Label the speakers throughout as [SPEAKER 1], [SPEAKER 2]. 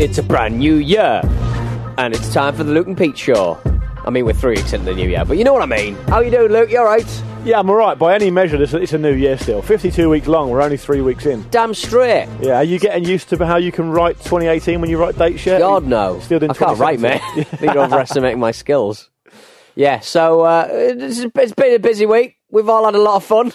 [SPEAKER 1] It's a brand new year, and it's time for the Luke and Pete Show. I mean, we're three weeks into the new year, but you know what I mean. How you doing, Luke? You all right?
[SPEAKER 2] Yeah, I'm all right. By any measure, it's, it's a new year still. 52 weeks long. We're only three weeks in.
[SPEAKER 1] Damn straight.
[SPEAKER 2] Yeah, are you getting used to how you can write 2018 when you write dates yet?
[SPEAKER 1] God no.
[SPEAKER 2] Still didn't
[SPEAKER 1] I can't write, mate.
[SPEAKER 2] 2017.
[SPEAKER 1] I think you're overestimating my skills. Yeah, so uh, it's, it's been a busy week. We've all had a lot of fun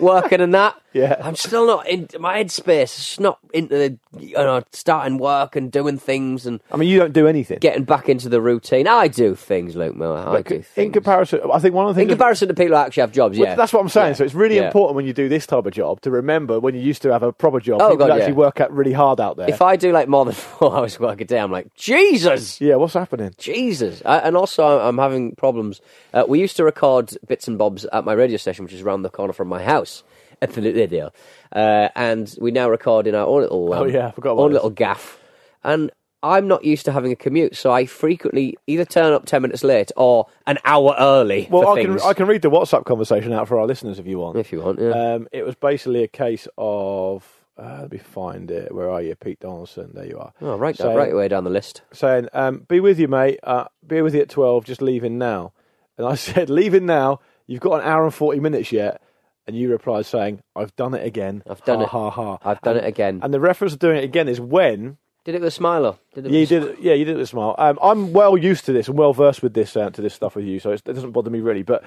[SPEAKER 1] working and that.
[SPEAKER 2] Yeah.
[SPEAKER 1] I'm still not in my headspace. It's just not into the, you know starting work and doing things and
[SPEAKER 2] I mean, you don't do anything.
[SPEAKER 1] getting back into the routine. I do things, Luke Miller. I
[SPEAKER 2] But
[SPEAKER 1] do
[SPEAKER 2] in
[SPEAKER 1] things.
[SPEAKER 2] comparison, I think one of the
[SPEAKER 1] in
[SPEAKER 2] things.
[SPEAKER 1] comparison to people who actually have jobs,
[SPEAKER 2] Well,
[SPEAKER 1] yeah,
[SPEAKER 2] That's what I'm saying.
[SPEAKER 1] Yeah.
[SPEAKER 2] So it's really
[SPEAKER 1] Yeah.
[SPEAKER 2] important when you do this type of job to remember when you used to have a proper job,
[SPEAKER 1] Oh,
[SPEAKER 2] people
[SPEAKER 1] God,
[SPEAKER 2] actually
[SPEAKER 1] yeah.
[SPEAKER 2] work out really hard out there.
[SPEAKER 1] If I do like more than four hours work a day, I'm like Jesus.
[SPEAKER 2] yeah, what's happening?
[SPEAKER 1] Jesus. I, and also, I- I'm having problems. Uh, we used to record bits and bobs at my radio station, which is around the corner from my house. At the radio. Uh, and we now record in our own little, um,
[SPEAKER 2] Oh, yeah, I forgot about
[SPEAKER 1] own
[SPEAKER 2] this.
[SPEAKER 1] little gaff. And I'm not used to having a commute, so I frequently either turn up 10 minutes late or an hour early
[SPEAKER 2] Well,
[SPEAKER 1] for
[SPEAKER 2] I can
[SPEAKER 1] things.
[SPEAKER 2] I can read the WhatsApp conversation out for our listeners if you want.
[SPEAKER 1] If you want, yeah.
[SPEAKER 2] Um, it was basically a case of uh, let me find it. Where are you, Pete Donaldson? There you are.
[SPEAKER 1] oh, right,
[SPEAKER 2] So-
[SPEAKER 1] right away down the list.
[SPEAKER 2] saying, um, "Be with you, mate. Uh, be with you at twelve. Just leaving now." And I said, "Leaving now. You've got an hour and forty minutes yet." And you replied saying, "I've done it again.
[SPEAKER 1] I've done
[SPEAKER 2] ha,
[SPEAKER 1] it.
[SPEAKER 2] Ha ha.
[SPEAKER 1] I've done
[SPEAKER 2] And-
[SPEAKER 1] it again.
[SPEAKER 2] And the reference to doing it again is when
[SPEAKER 1] Did it with a smile, or Did it
[SPEAKER 2] yeah, you
[SPEAKER 1] with a
[SPEAKER 2] did. it- Yeah, you did it with a smile. Um, I'm well used to this and well versed with this uh, to this stuff with you, so it's, it doesn't bother me really. But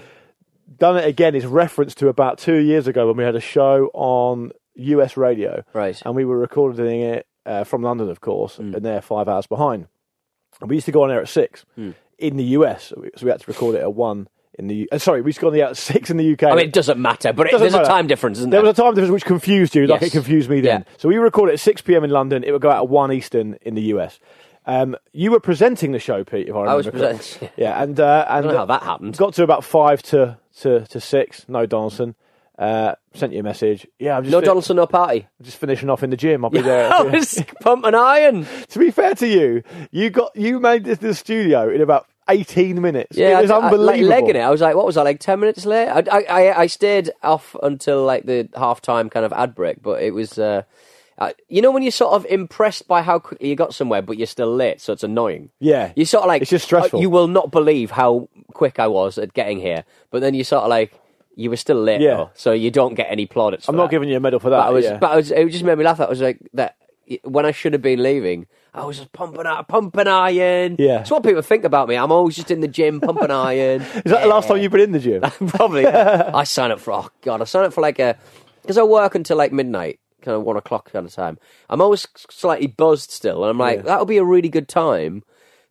[SPEAKER 2] done it again is reference to about two years ago when we had a show on US radio,
[SPEAKER 1] Right. Hmm.
[SPEAKER 2] And we were recording it uh, from London, of course, and they're five hours behind. And we used to go on air at six
[SPEAKER 1] Hmm.
[SPEAKER 2] in the US, so we- so we had to record it at one in the. Uh, sorry, we used to go on the air at six in the UK.
[SPEAKER 1] I mean, it doesn't matter, but it,
[SPEAKER 2] Doesn't
[SPEAKER 1] there's a
[SPEAKER 2] matter.
[SPEAKER 1] time difference, isn't
[SPEAKER 2] There
[SPEAKER 1] there?
[SPEAKER 2] was a time difference which confused you, like
[SPEAKER 1] Yes.
[SPEAKER 2] it confused me then.
[SPEAKER 1] Yeah.
[SPEAKER 2] So we record it at 6 p.m. in London. It would go out at 1 Eastern in the US. Um, you were presenting the show, Pete, if I remember
[SPEAKER 1] I was
[SPEAKER 2] correctly.
[SPEAKER 1] presenting-
[SPEAKER 2] Yeah, and, uh, and
[SPEAKER 1] I don't know how that happened.
[SPEAKER 2] got to about 5 to, to, to 6, no Donaldson. Uh, sent you a message. Yeah, I'm just,
[SPEAKER 1] No Donaldson, no party.
[SPEAKER 2] just finishing off in the gym. I'll be there.
[SPEAKER 1] I was pumping iron.
[SPEAKER 2] to be fair to you, you got you made this, this studio in about 18 minutes.
[SPEAKER 1] Yeah,
[SPEAKER 2] it was
[SPEAKER 1] I,
[SPEAKER 2] unbelievable.
[SPEAKER 1] I, like, legging it. I was like, what was I like? Ten minutes late. I, I, I, I stayed off until like the half time kind of ad break, but it was. Uh, I, you know when you're sort of impressed by how quickly you got somewhere, but you're still late, so it's annoying.
[SPEAKER 2] Yeah.
[SPEAKER 1] you sort of like
[SPEAKER 2] It's just stressful.
[SPEAKER 1] uh, You will not believe how quick I was at getting here, but then you sort of like you were still late,
[SPEAKER 2] Yeah.
[SPEAKER 1] though, so you don't get any plaudits.
[SPEAKER 2] I'm
[SPEAKER 1] for
[SPEAKER 2] not
[SPEAKER 1] that.
[SPEAKER 2] giving you a medal for that.
[SPEAKER 1] But I was,
[SPEAKER 2] yeah.
[SPEAKER 1] but I was, it just made me laugh. I was like that when I should have been leaving. I was just pumping out, pumping iron.
[SPEAKER 2] Yeah.
[SPEAKER 1] it's what people think about me. I'm always just in the gym pumping iron.
[SPEAKER 2] Is that the last time you've been in the gym?
[SPEAKER 1] Probably. yeah. I sign up for. Oh god, I sign up for like a because I work until like midnight, kind of one o'clock kind of time. I'm always slightly buzzed still, and I'm like, that'll be a really good time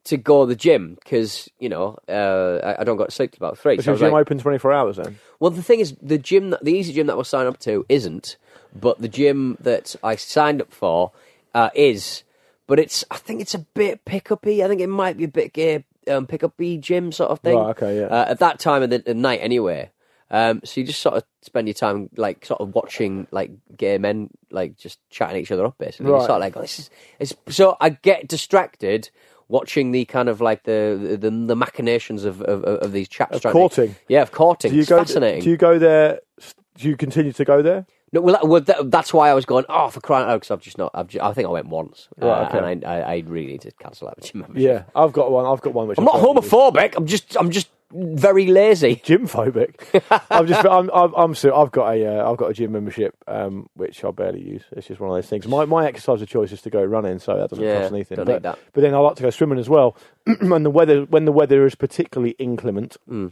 [SPEAKER 1] to go to the gym because you know uh, I, I don't go to sleep till about three.
[SPEAKER 2] Is
[SPEAKER 1] So I
[SPEAKER 2] your
[SPEAKER 1] was
[SPEAKER 2] gym
[SPEAKER 1] like,
[SPEAKER 2] open 24 hours then?
[SPEAKER 1] well, the thing is, the gym, that, the easy gym that we'll sign up to isn't, but the gym that I signed up for uh, is. But it's, I think it's a bit pick-uppy. I think it might be a bit gay, um, pick-uppy gym sort of thing.
[SPEAKER 2] Right, okay, yeah.
[SPEAKER 1] Uh, at that time of the, the night, anyway. Um, so you just sort of spend your time like sort of watching like gay men like just chatting each other up basically. You're
[SPEAKER 2] Right.
[SPEAKER 1] sort of like, oh, this is it's so I get distracted watching the kind of like the the, the machinations of, of of these chats
[SPEAKER 2] Of
[SPEAKER 1] trying to-
[SPEAKER 2] courting.
[SPEAKER 1] Yeah, of courting.
[SPEAKER 2] Do you
[SPEAKER 1] it's
[SPEAKER 2] go?
[SPEAKER 1] fascinating.
[SPEAKER 2] Do you go there s- do you continue to go there?
[SPEAKER 1] No, well, that, well that, that's why I was going. Oh, for crying out loud! Because I've just not. I've ju- I think I went once, uh,
[SPEAKER 2] Right, okay.
[SPEAKER 1] and I, I, I really need to cancel out the gym membership.
[SPEAKER 2] Yeah, I've got one. I've got one which
[SPEAKER 1] I'm
[SPEAKER 2] I've
[SPEAKER 1] not
[SPEAKER 2] got-
[SPEAKER 1] homophobic. I'm just. I'm just very lazy.
[SPEAKER 2] Gym phobic. I've just. I'm. I'm. I'm so, I've got a. Uh, I've got a gym membership, um, which I barely use. It's just one of those things. My my exercise of choice is to go running, so that doesn't
[SPEAKER 1] Yeah,
[SPEAKER 2] cost anything.
[SPEAKER 1] don't
[SPEAKER 2] but,
[SPEAKER 1] need that.
[SPEAKER 2] but then I like to go swimming as well. and the weather when the weather is particularly inclement.
[SPEAKER 1] Hmm.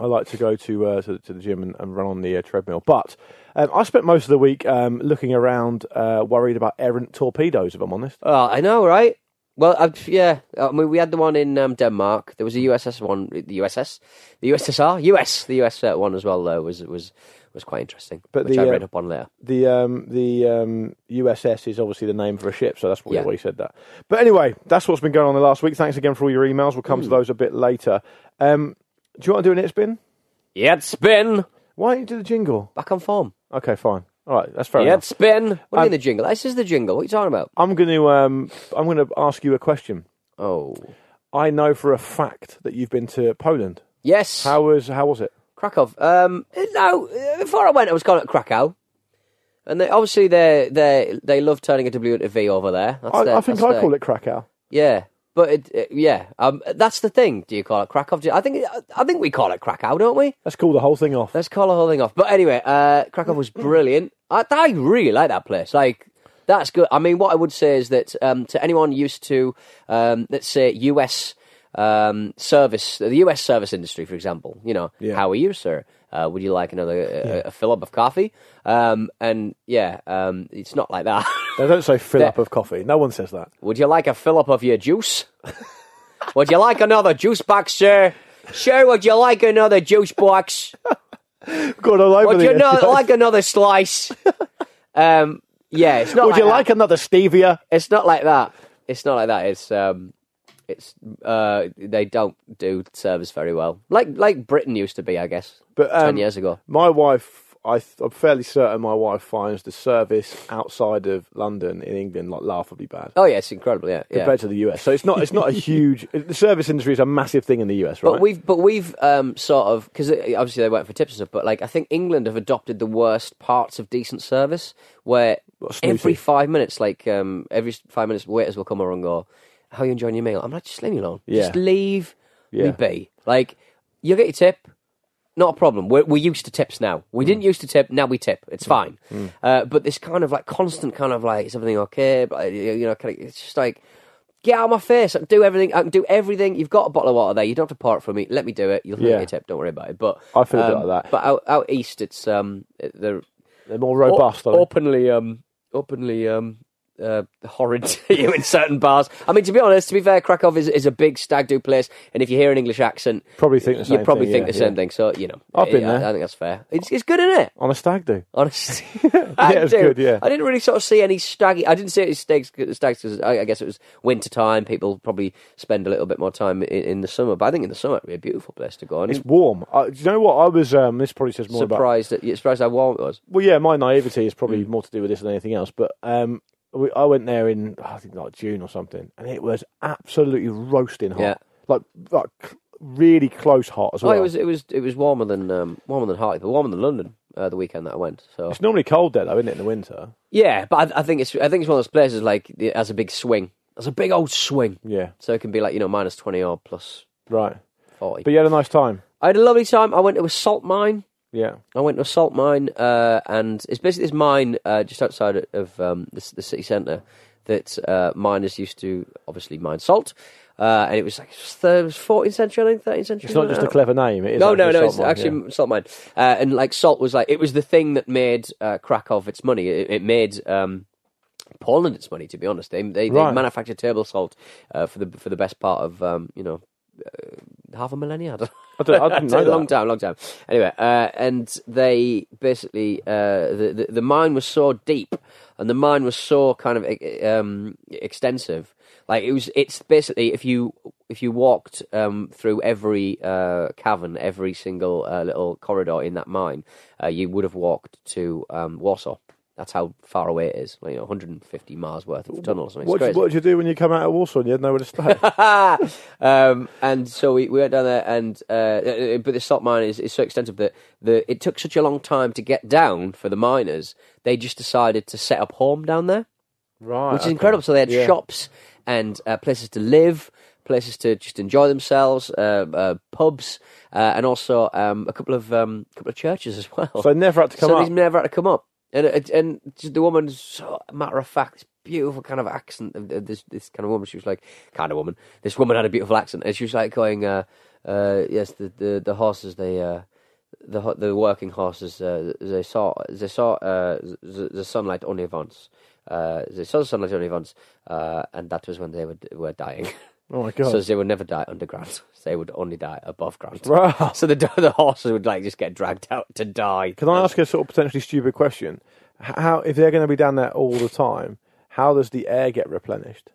[SPEAKER 2] I like to go to uh, to, to the gym and, and run on the uh, treadmill. But um, I spent most of the week um, looking around, uh, worried about errant torpedoes. If I'm honest,
[SPEAKER 1] Oh, I know, right? Well, i yeah. I mean, we had the one in um, Denmark. There was a USS one, the USS, the USSR, US, the US uh, one as well. Though was was was quite interesting,
[SPEAKER 2] But
[SPEAKER 1] which
[SPEAKER 2] the,
[SPEAKER 1] I
[SPEAKER 2] uh,
[SPEAKER 1] read up on later.
[SPEAKER 2] the um, the um, USS is obviously the name for a ship, so that's why
[SPEAKER 1] Yeah.
[SPEAKER 2] we said that. But anyway, that's what's been going on the last week. Thanks again for all your emails. We'll
[SPEAKER 1] Hmm.
[SPEAKER 2] come to those a bit later. Um, do you want to do an it spin?
[SPEAKER 1] Yeah, it's been
[SPEAKER 2] Why don't you do the jingle?
[SPEAKER 1] back on form.
[SPEAKER 2] Okay, fine. All right, that's fair
[SPEAKER 1] Yeah,
[SPEAKER 2] enough.
[SPEAKER 1] it's been. What do you
[SPEAKER 2] Um,
[SPEAKER 1] mean the jingle? This is the jingle. What are you talking about?
[SPEAKER 2] I'm going to um, I'm going to ask you a question.
[SPEAKER 1] Oh,
[SPEAKER 2] I know for a fact that you've been to Poland.
[SPEAKER 1] yes.
[SPEAKER 2] How was how was it?
[SPEAKER 1] Krakow. Um, no, uh, before I went, I was going to Krakow, and they obviously they they they love turning a W into a V over there. That's
[SPEAKER 2] I,
[SPEAKER 1] their-
[SPEAKER 2] I think
[SPEAKER 1] that's
[SPEAKER 2] I
[SPEAKER 1] their-
[SPEAKER 2] call it Krakow.
[SPEAKER 1] Yeah, but it, it- yeah, um, that's the thing. Do you call it Krakow? Do you- I think I think we call it Krakow, don't we?
[SPEAKER 2] Let's call the whole thing off.
[SPEAKER 1] Let's call the whole thing off. But anyway, uh, Krakow was brilliant. I, I really like that place. Like. That's good. I mean, what I would say is that um, to anyone used to, um, let's say, US um, service, the US service industry, for example, you know,
[SPEAKER 2] Yeah.
[SPEAKER 1] how are you, sir? Uh, would you like another a, a- a fill up of coffee? Um, and yeah, um, it's not like that.
[SPEAKER 2] They don't say fill
[SPEAKER 1] There-
[SPEAKER 2] up of coffee. No one says that.
[SPEAKER 1] Would you like a fill up of your juice? would you like another juice box, sir? Sure, would you like another juice box?
[SPEAKER 2] God, all over
[SPEAKER 1] Would
[SPEAKER 2] the
[SPEAKER 1] you
[SPEAKER 2] end.
[SPEAKER 1] not like another slice? Um, yeah, it's not.
[SPEAKER 2] Would you
[SPEAKER 1] that.
[SPEAKER 2] like another stevia?
[SPEAKER 1] It's not like that. It's not like that. It's um, it's uh, they don't do service very well. Like like Britain used to be, I guess.
[SPEAKER 2] But, um,
[SPEAKER 1] ten years ago,
[SPEAKER 2] My wife, I, th- I'm fairly certain my wife finds the service outside of London in England like laughably bad
[SPEAKER 1] oh yeah, it's incredible. Yeah, yeah.
[SPEAKER 2] compared to the US. So it's not it's not a huge. The service industry is a massive thing in the US, right?
[SPEAKER 1] But we've but we've um, sort of because obviously they went for tips and stuff. But like I think England have adopted the worst parts of decent service, where
[SPEAKER 2] snooty.
[SPEAKER 1] every five minutes, like um, every five minutes, waiters will come over and go, "How you enjoying your meal?" I'm like, "Just leave me alone. Just
[SPEAKER 2] Yeah.
[SPEAKER 1] leave
[SPEAKER 2] Yeah.
[SPEAKER 1] me be." Like you get your tip, not a problem. We're, we're used to tips now. We didn't
[SPEAKER 2] Mm.
[SPEAKER 1] used to tip. Now we tip. It's fine. Uh, but this kind of like constant kind of like is everything okay? But uh, you know, kind of, it's just like get out of my face. I can do everything. I can do everything. You've got a bottle of water there. You don't have to pour it for me. Let me do it. You'll
[SPEAKER 2] Yeah.
[SPEAKER 1] get a tip. Don't worry about it. But um,
[SPEAKER 2] I feel a bit like that.
[SPEAKER 1] But out, out east, it's um they're
[SPEAKER 2] They're more robust.
[SPEAKER 1] o-
[SPEAKER 2] aren't they?
[SPEAKER 1] openly um openly um. Uh, horrid to you in certain bars. I mean, to be honest, to be fair, Krakow is, is a big stag do place, and if you hear an English accent,
[SPEAKER 2] Probably think the
[SPEAKER 1] you
[SPEAKER 2] same
[SPEAKER 1] probably
[SPEAKER 2] thing,
[SPEAKER 1] think
[SPEAKER 2] yeah,
[SPEAKER 1] the same
[SPEAKER 2] yeah.
[SPEAKER 1] thing. So you know,
[SPEAKER 2] I've been
[SPEAKER 1] I,
[SPEAKER 2] there.
[SPEAKER 1] I think that's fair. It's, it's good, isn't it?
[SPEAKER 2] on a stag do.
[SPEAKER 1] Honestly,
[SPEAKER 2] it was good, yeah.
[SPEAKER 1] I didn't really sort of see any staggy. I didn't see any stags because I, I guess it was winter time. People probably spend a little bit more time in, in the summer, but I think in the summer it'd be a beautiful place to go. And
[SPEAKER 2] It's warm. I, do you know what? I was. Um, this probably says more about
[SPEAKER 1] Mm. surprised Mm. that you're surprised how warm it was.
[SPEAKER 2] Well, yeah, my naivety is probably more to do with this than anything else. But um, we, I went there in I think like June or something, and it was absolutely roasting hot,
[SPEAKER 1] Yeah.
[SPEAKER 2] like like c- really close hot as
[SPEAKER 1] Oh,
[SPEAKER 2] well.
[SPEAKER 1] it was it was it was warmer than um, warmer than Hartley, but warmer than London uh, the weekend that I went. So
[SPEAKER 2] It's normally cold there though, isn't it, in the winter?
[SPEAKER 1] yeah, but I, I think it's I think it's one of those places like it has a big swing, has a big old swing,
[SPEAKER 2] Yeah,
[SPEAKER 1] so it can be like you know minus twenty or plus
[SPEAKER 2] right.
[SPEAKER 1] forty.
[SPEAKER 2] But you had a nice time.
[SPEAKER 1] I had a lovely time. I went to a salt mine.
[SPEAKER 2] Yeah,
[SPEAKER 1] I went to a salt mine, uh, and it's basically this mine uh, just outside of- of um, the, the city centre that uh, miners used to obviously mine salt. Uh, and it was like thir- it was 14th century, I think, 13th century.
[SPEAKER 2] it's not
[SPEAKER 1] something like
[SPEAKER 2] just a
[SPEAKER 1] that.
[SPEAKER 2] clever name. It is
[SPEAKER 1] No,
[SPEAKER 2] actually
[SPEAKER 1] no,
[SPEAKER 2] a
[SPEAKER 1] no.
[SPEAKER 2] salt
[SPEAKER 1] It's
[SPEAKER 2] mine,
[SPEAKER 1] actually
[SPEAKER 2] yeah.
[SPEAKER 1] salt mine, uh, and like salt was like it was the thing that made uh, Krakow its money. It, it made um, Poland its money. To be honest, they they,
[SPEAKER 2] Right.
[SPEAKER 1] they manufactured table salt uh, for the for the best part of um, you know uh, half a millennia. I don't
[SPEAKER 2] I, don't, I didn't know
[SPEAKER 1] a long
[SPEAKER 2] that.
[SPEAKER 1] time, long time. Anyway, uh, and they basically uh, the, the the mine was so deep, and the mine was so kind of eh, um, extensive. Like it was, it's basically if you if you walked um, through every uh, cavern, every single uh, little corridor in that mine, uh, you would have walked to um, Warsaw. That's how far away it is. Like, you know, 150 miles worth of tunnel or something. It's
[SPEAKER 2] What, did-
[SPEAKER 1] crazy.
[SPEAKER 2] what did you do when you come out of Warsaw and you had nowhere to stay?
[SPEAKER 1] um, and so we, we went down there, and uh, uh, uh, but the salt mine is, is so extensive that the it took such a long time to get down for the miners. They just decided to set up home down there,
[SPEAKER 2] right,
[SPEAKER 1] which is incredible. So they had shops and uh, places to live, places to just enjoy themselves, uh, uh, pubs, uh, and also um, a couple of um, couple of churches as well.
[SPEAKER 2] So I never had to come
[SPEAKER 1] so
[SPEAKER 2] up.
[SPEAKER 1] he's never had to come up. And and, and just the woman's so matter of fact, this beautiful kind of accent of of this this kind of woman. She was like kind of woman. This woman had a beautiful accent, and she was like going, uh, uh, "Yes, the, the the horses they." Uh, the ho- the working horses uh, they saw they saw uh, the, the sunlight only once uh, they saw the sunlight only once uh, and that was when they were were dying
[SPEAKER 2] Oh my god!
[SPEAKER 1] so they would never die underground they would only die above ground
[SPEAKER 2] Right.
[SPEAKER 1] so the the horses would like just get dragged out to die
[SPEAKER 2] Can I ask a sort of potentially stupid question? H- How, if they're going to be down there all the time, how does the air get replenished?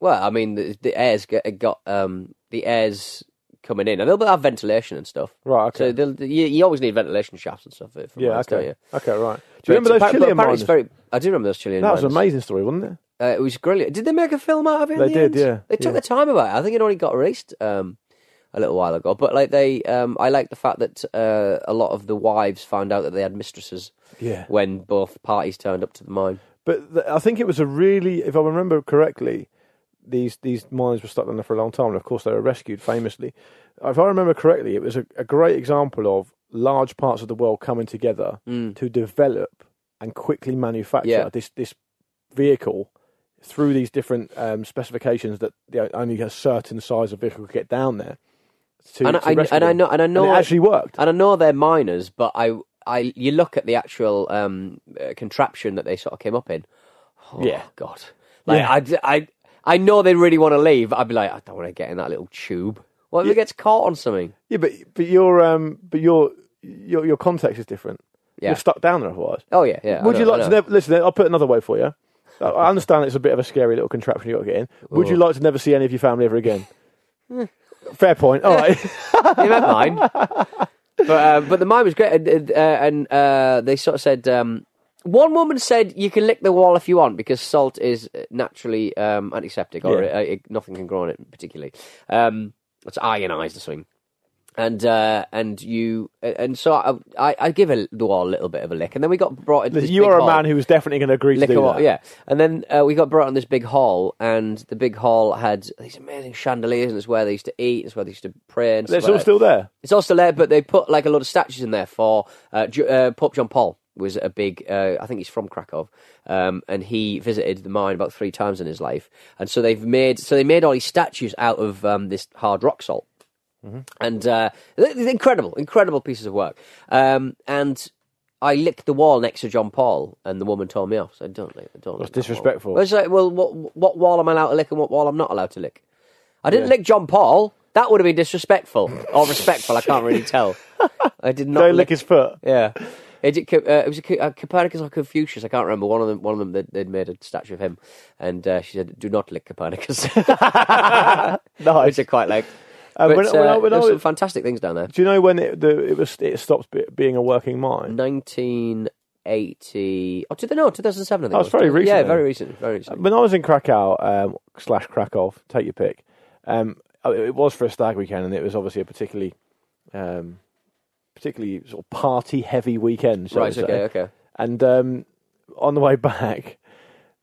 [SPEAKER 1] Well, I mean, the, the air's got, got um, the air's coming in, and they'll have ventilation and stuff.
[SPEAKER 2] Right, okay.
[SPEAKER 1] So they'll, you, you always need ventilation shafts and stuff. For
[SPEAKER 2] Yeah,
[SPEAKER 1] mines, don't
[SPEAKER 2] okay,
[SPEAKER 1] you?
[SPEAKER 2] okay, right. Do you
[SPEAKER 1] But
[SPEAKER 2] remember those
[SPEAKER 1] appa- but
[SPEAKER 2] Chilean
[SPEAKER 1] apparently
[SPEAKER 2] miners?
[SPEAKER 1] it's very. I do remember those Chilean.
[SPEAKER 2] that was an
[SPEAKER 1] miners.
[SPEAKER 2] amazing story, wasn't it?
[SPEAKER 1] Uh, it was brilliant. Did they make a film out of it? in
[SPEAKER 2] They
[SPEAKER 1] the
[SPEAKER 2] did,
[SPEAKER 1] end?
[SPEAKER 2] yeah,
[SPEAKER 1] They took the
[SPEAKER 2] yeah.
[SPEAKER 1] time about it. I think it only got released um, a little while ago. But like they, um, I like the fact that uh, a lot of the wives found out that they had mistresses
[SPEAKER 2] Yeah.
[SPEAKER 1] when both parties turned up to the mine.
[SPEAKER 2] But th- I think it was a really, if I remember correctly, these these mines were stuck down there for a long time, and of course they were rescued famously. If I remember correctly, it was a, a great example of large parts of the world coming together to develop and quickly manufacture
[SPEAKER 1] Mm. Yeah.
[SPEAKER 2] this this vehicle through these different um, specifications that you know, only a certain size of vehicle could get down there. To,
[SPEAKER 1] And
[SPEAKER 2] to
[SPEAKER 1] I-
[SPEAKER 2] rescue
[SPEAKER 1] and I
[SPEAKER 2] them.
[SPEAKER 1] know- and I know-
[SPEAKER 2] it actually worked.
[SPEAKER 1] And I know they're miners, but I, I, you look at the actual um, uh, contraption that they sort of came up in. Oh,
[SPEAKER 2] Yeah.
[SPEAKER 1] God. Like,
[SPEAKER 2] Yeah.
[SPEAKER 1] I d- I, I, know they really want to leave. I'd be like, I don't want to get in that little tube. What if it gets caught on something?
[SPEAKER 2] Yeah, but but your um but your your your context is different.
[SPEAKER 1] Yeah.
[SPEAKER 2] You're stuck down there otherwise.
[SPEAKER 1] Oh yeah, yeah. I
[SPEAKER 2] Would you
[SPEAKER 1] know, I
[SPEAKER 2] like to
[SPEAKER 1] know.
[SPEAKER 2] never listen? I'll put another way for you. I- I understand it's a bit of a scary little contraption you got to get in. Would you like to never see any of your family ever again? Fair point. All right.
[SPEAKER 1] You never mind. but uh, but the mine was great, and, and, uh, and uh, they sort of said. Um, one woman said, "You can lick the wall if you want because salt is naturally um, antiseptic, or
[SPEAKER 2] Yeah.
[SPEAKER 1] uh it, nothing can grow on it particularly. Um, it's ionized or something." And uh, and you uh, and so I, I I give a, the wall a little bit of a lick, and then we got brought. into this
[SPEAKER 2] you
[SPEAKER 1] big
[SPEAKER 2] are a
[SPEAKER 1] hall.
[SPEAKER 2] man who was definitely going to agree to
[SPEAKER 1] Lick
[SPEAKER 2] do
[SPEAKER 1] 'em up,
[SPEAKER 2] that.
[SPEAKER 1] yeah. And then uh, we got brought on this big hall, and the big hall had these amazing chandeliers, and it's where they used to eat, it's where they used to pray. And stuff
[SPEAKER 2] It's
[SPEAKER 1] like
[SPEAKER 2] all
[SPEAKER 1] that.
[SPEAKER 2] still there.
[SPEAKER 1] It's also there, but they put like a lot of statues in there for uh, Ju- uh, Pope John Paul was a big. Uh, I think he's from Krakow, um, and he visited the mine about three times in his life. And so they've made so they made all these statues out of um, this hard rock salt,
[SPEAKER 2] Mm-hmm.
[SPEAKER 1] and uh, th- th- incredible, incredible pieces of work. Um, and. I licked the wall next to John Paul, and the woman told me off. So don't, lick- don't.
[SPEAKER 2] That's
[SPEAKER 1] lick that wall."
[SPEAKER 2] disrespectful.
[SPEAKER 1] I was like, well, what what wall am I allowed to lick, and what wall I'm not allowed to lick? I didn't lick John Paul. That would have been disrespectful or respectful. I can't really tell. I did not
[SPEAKER 2] Don't lick his foot.
[SPEAKER 1] Yeah, it, did, Co- uh, it was a, Co- uh, Copernicus or Confucius. I can't remember. One of them. One of them. They'd, they'd made a statue of him, and uh, she said, "Do not lick Copernicus."
[SPEAKER 2] Nice.
[SPEAKER 1] Which I quite like.
[SPEAKER 2] Uh,
[SPEAKER 1] but,
[SPEAKER 2] when-
[SPEAKER 1] uh,
[SPEAKER 2] when I- when I
[SPEAKER 1] there's some
[SPEAKER 2] was-
[SPEAKER 1] fantastic things down there.
[SPEAKER 2] Do you know when it the, it was it stopped be- being a working mine?
[SPEAKER 1] 1980. Oh, did they know? 2007. I think.
[SPEAKER 2] Oh,
[SPEAKER 1] it
[SPEAKER 2] it's very recent
[SPEAKER 1] Yeah,
[SPEAKER 2] then. Um,
[SPEAKER 1] very recent. Very recent.
[SPEAKER 2] When I was in Krakow um, slash Krakow, take your pick. Um, uh, it was for a stag weekend, and it was obviously a particularly, um, particularly sort of party heavy weekend. shall we
[SPEAKER 1] right.
[SPEAKER 2] say.
[SPEAKER 1] Okay. Okay.
[SPEAKER 2] And um, on the way back,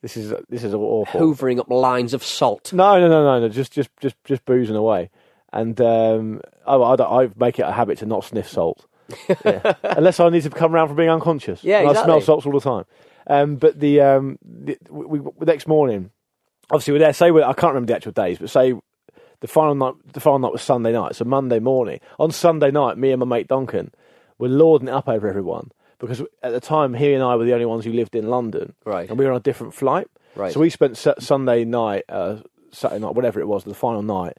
[SPEAKER 2] this is this is awful.
[SPEAKER 1] Hoovering up lines of salt.
[SPEAKER 2] No, no, no, no, no. Just just just just boozing away. And um, I, I, don't- I make it a habit to not sniff salt, Yeah. unless I need to come round from being unconscious.
[SPEAKER 1] Yeah,
[SPEAKER 2] And I smell
[SPEAKER 1] exactly.
[SPEAKER 2] salts all the time. Um, but the, um, the we, we, the next morning, obviously we're there. Say we're, I can't remember the actual days, but say the final night. The final night was Sunday night, so Monday morning. On Sunday night, me and my mate Duncan were lording it up over everyone because at the time he and I were the only ones who lived in London,
[SPEAKER 1] Right.
[SPEAKER 2] And we were on a different flight,
[SPEAKER 1] Right.
[SPEAKER 2] So we spent Sa- Sunday night, uh, Saturday night, whatever it was, the final night.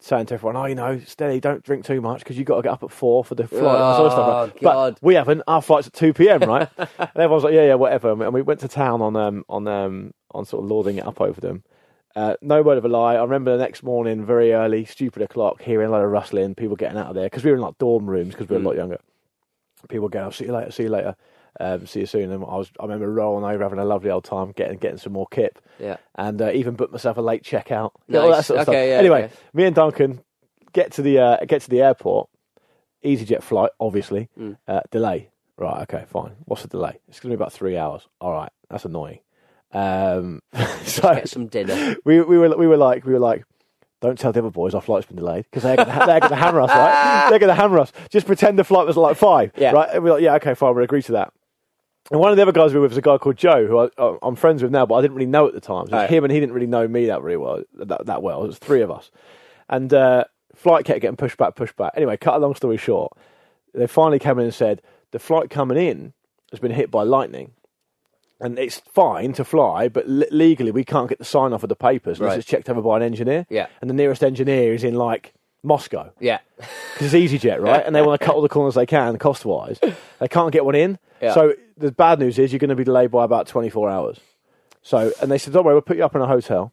[SPEAKER 2] Saying to everyone, oh, you know, steady, don't drink too much because you've got to get up at four for the flight. and that sort of stuff,
[SPEAKER 1] Oh,
[SPEAKER 2] right?
[SPEAKER 1] God.
[SPEAKER 2] But we haven't. Our flight's at two p.m. Right? and everyone's like, yeah, yeah, whatever. And we- and we went to town on um, on um, on sort of lording it up over them. Uh, no word of a lie. I remember the next morning, very early, stupid o'clock, hearing a lot of rustling, people getting out of there because we were in like dorm rooms because we were a lot younger. People going, I'll see you later, see you later. um, see you soon. And I was, I remember rolling over, having a lovely old time, getting getting some more kip,
[SPEAKER 1] Yeah.
[SPEAKER 2] and uh, even booked myself a late checkout. You know, all that
[SPEAKER 1] Nice.
[SPEAKER 2] sort of
[SPEAKER 1] Okay,
[SPEAKER 2] stuff.
[SPEAKER 1] yeah,
[SPEAKER 2] anyway,
[SPEAKER 1] okay.
[SPEAKER 2] me and Duncan get to the uh, get to the airport. EasyJet flight, obviously.
[SPEAKER 1] Mm.
[SPEAKER 2] Uh, delay. Right. Okay. Fine. What's the delay? It's going to be about three hours. All right. That's annoying. Um, so
[SPEAKER 1] Get some dinner.
[SPEAKER 2] we we were we were like we were like, don't tell the other boys our flight's been delayed because they're gonna, they're going to hammer us, right? They're going to hammer us. Just pretend the flight was like five,
[SPEAKER 1] Yeah.
[SPEAKER 2] right? And we're like, yeah, okay, fine, we'll agree to that. And one of the other guys we were with was a guy called Joe, who I- I, I'm friends with now, but I didn't really know at the time. So it was
[SPEAKER 1] Right.
[SPEAKER 2] him and he didn't really know me that really well, that, that well. It was three of us, and uh, flight kept getting pushed back, pushed back. Anyway, cut a long story short, they finally came in and said the flight coming in has been hit by lightning and it's fine to fly, but le- legally we can't get the sign off of the papers unless
[SPEAKER 1] Right.
[SPEAKER 2] it's checked over by an engineer.
[SPEAKER 1] Yeah.
[SPEAKER 2] And the nearest engineer is in like Moscow
[SPEAKER 1] Yeah.
[SPEAKER 2] because it's EasyJet, right? And they want to cut all the corners they can cost wise. They can't get one in.
[SPEAKER 1] Yeah.
[SPEAKER 2] So the bad news is you're going to be delayed by about 24 hours. So, and they said, don't worry, we'll put you up in a hotel.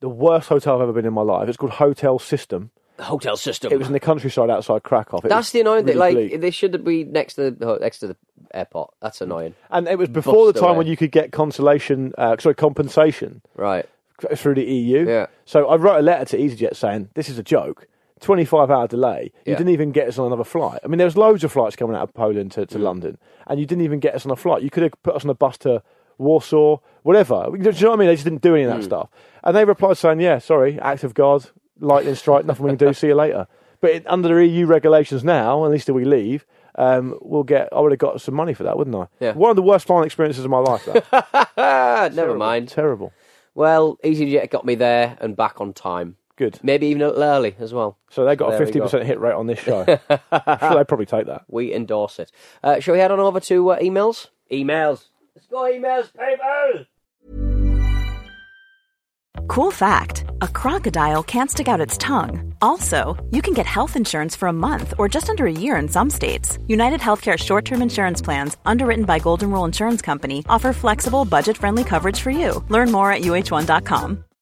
[SPEAKER 2] The worst hotel I've ever been in my life. It's called Hotel System.
[SPEAKER 1] The hotel system.
[SPEAKER 2] It was in the countryside outside Krakow. It was
[SPEAKER 1] That's the annoying thing.
[SPEAKER 2] really
[SPEAKER 1] Like
[SPEAKER 2] bleak.
[SPEAKER 1] they should be next to the next to the airport. That's annoying.
[SPEAKER 2] and it was before the
[SPEAKER 1] Bust
[SPEAKER 2] time
[SPEAKER 1] away.
[SPEAKER 2] when you could get consolation, uh, sorry, compensation
[SPEAKER 1] Right.
[SPEAKER 2] through the EU.
[SPEAKER 1] Yeah.
[SPEAKER 2] So I wrote a letter to EasyJet saying this is a joke. 25 hour delay. You
[SPEAKER 1] Yeah.
[SPEAKER 2] didn't even get us on another flight. I mean, there was loads of flights coming out of Poland to, to
[SPEAKER 1] Mm.
[SPEAKER 2] London, and you didn't even get us on a flight. You could have put us on a bus to Warsaw, whatever. Do you know what I mean? They just didn't do any of
[SPEAKER 1] Mm.
[SPEAKER 2] that stuff. And they replied saying, "Yeah, sorry, act of God, lightning strike, nothing we can do. See you later." But it, under EU regulations now, at least if we leave, um, we'll get. I would have got some money for that, wouldn't I?
[SPEAKER 1] Yeah.
[SPEAKER 2] One of the worst flying experiences of my life. That.
[SPEAKER 1] Ah, never mind.
[SPEAKER 2] Terrible.
[SPEAKER 1] Well, EasyJet got me there and back on time.
[SPEAKER 2] Good.
[SPEAKER 1] Maybe even a little early as well.
[SPEAKER 2] So they got
[SPEAKER 1] There
[SPEAKER 2] a
[SPEAKER 1] we
[SPEAKER 2] fifty percent hit rate on this show. I'm sure they'd probably take that.
[SPEAKER 1] We endorse it. Uh, shall we head on over to uh, emails? Emails. Let's go emails, people.
[SPEAKER 3] Cool fact a crocodile can't stick out its tongue. Also, you can get health insurance for a month or just under a year in some states. United Healthcare short term insurance plans, underwritten by Golden Rule Insurance Company, offer flexible, budget friendly coverage for you. Learn more at uh1.com.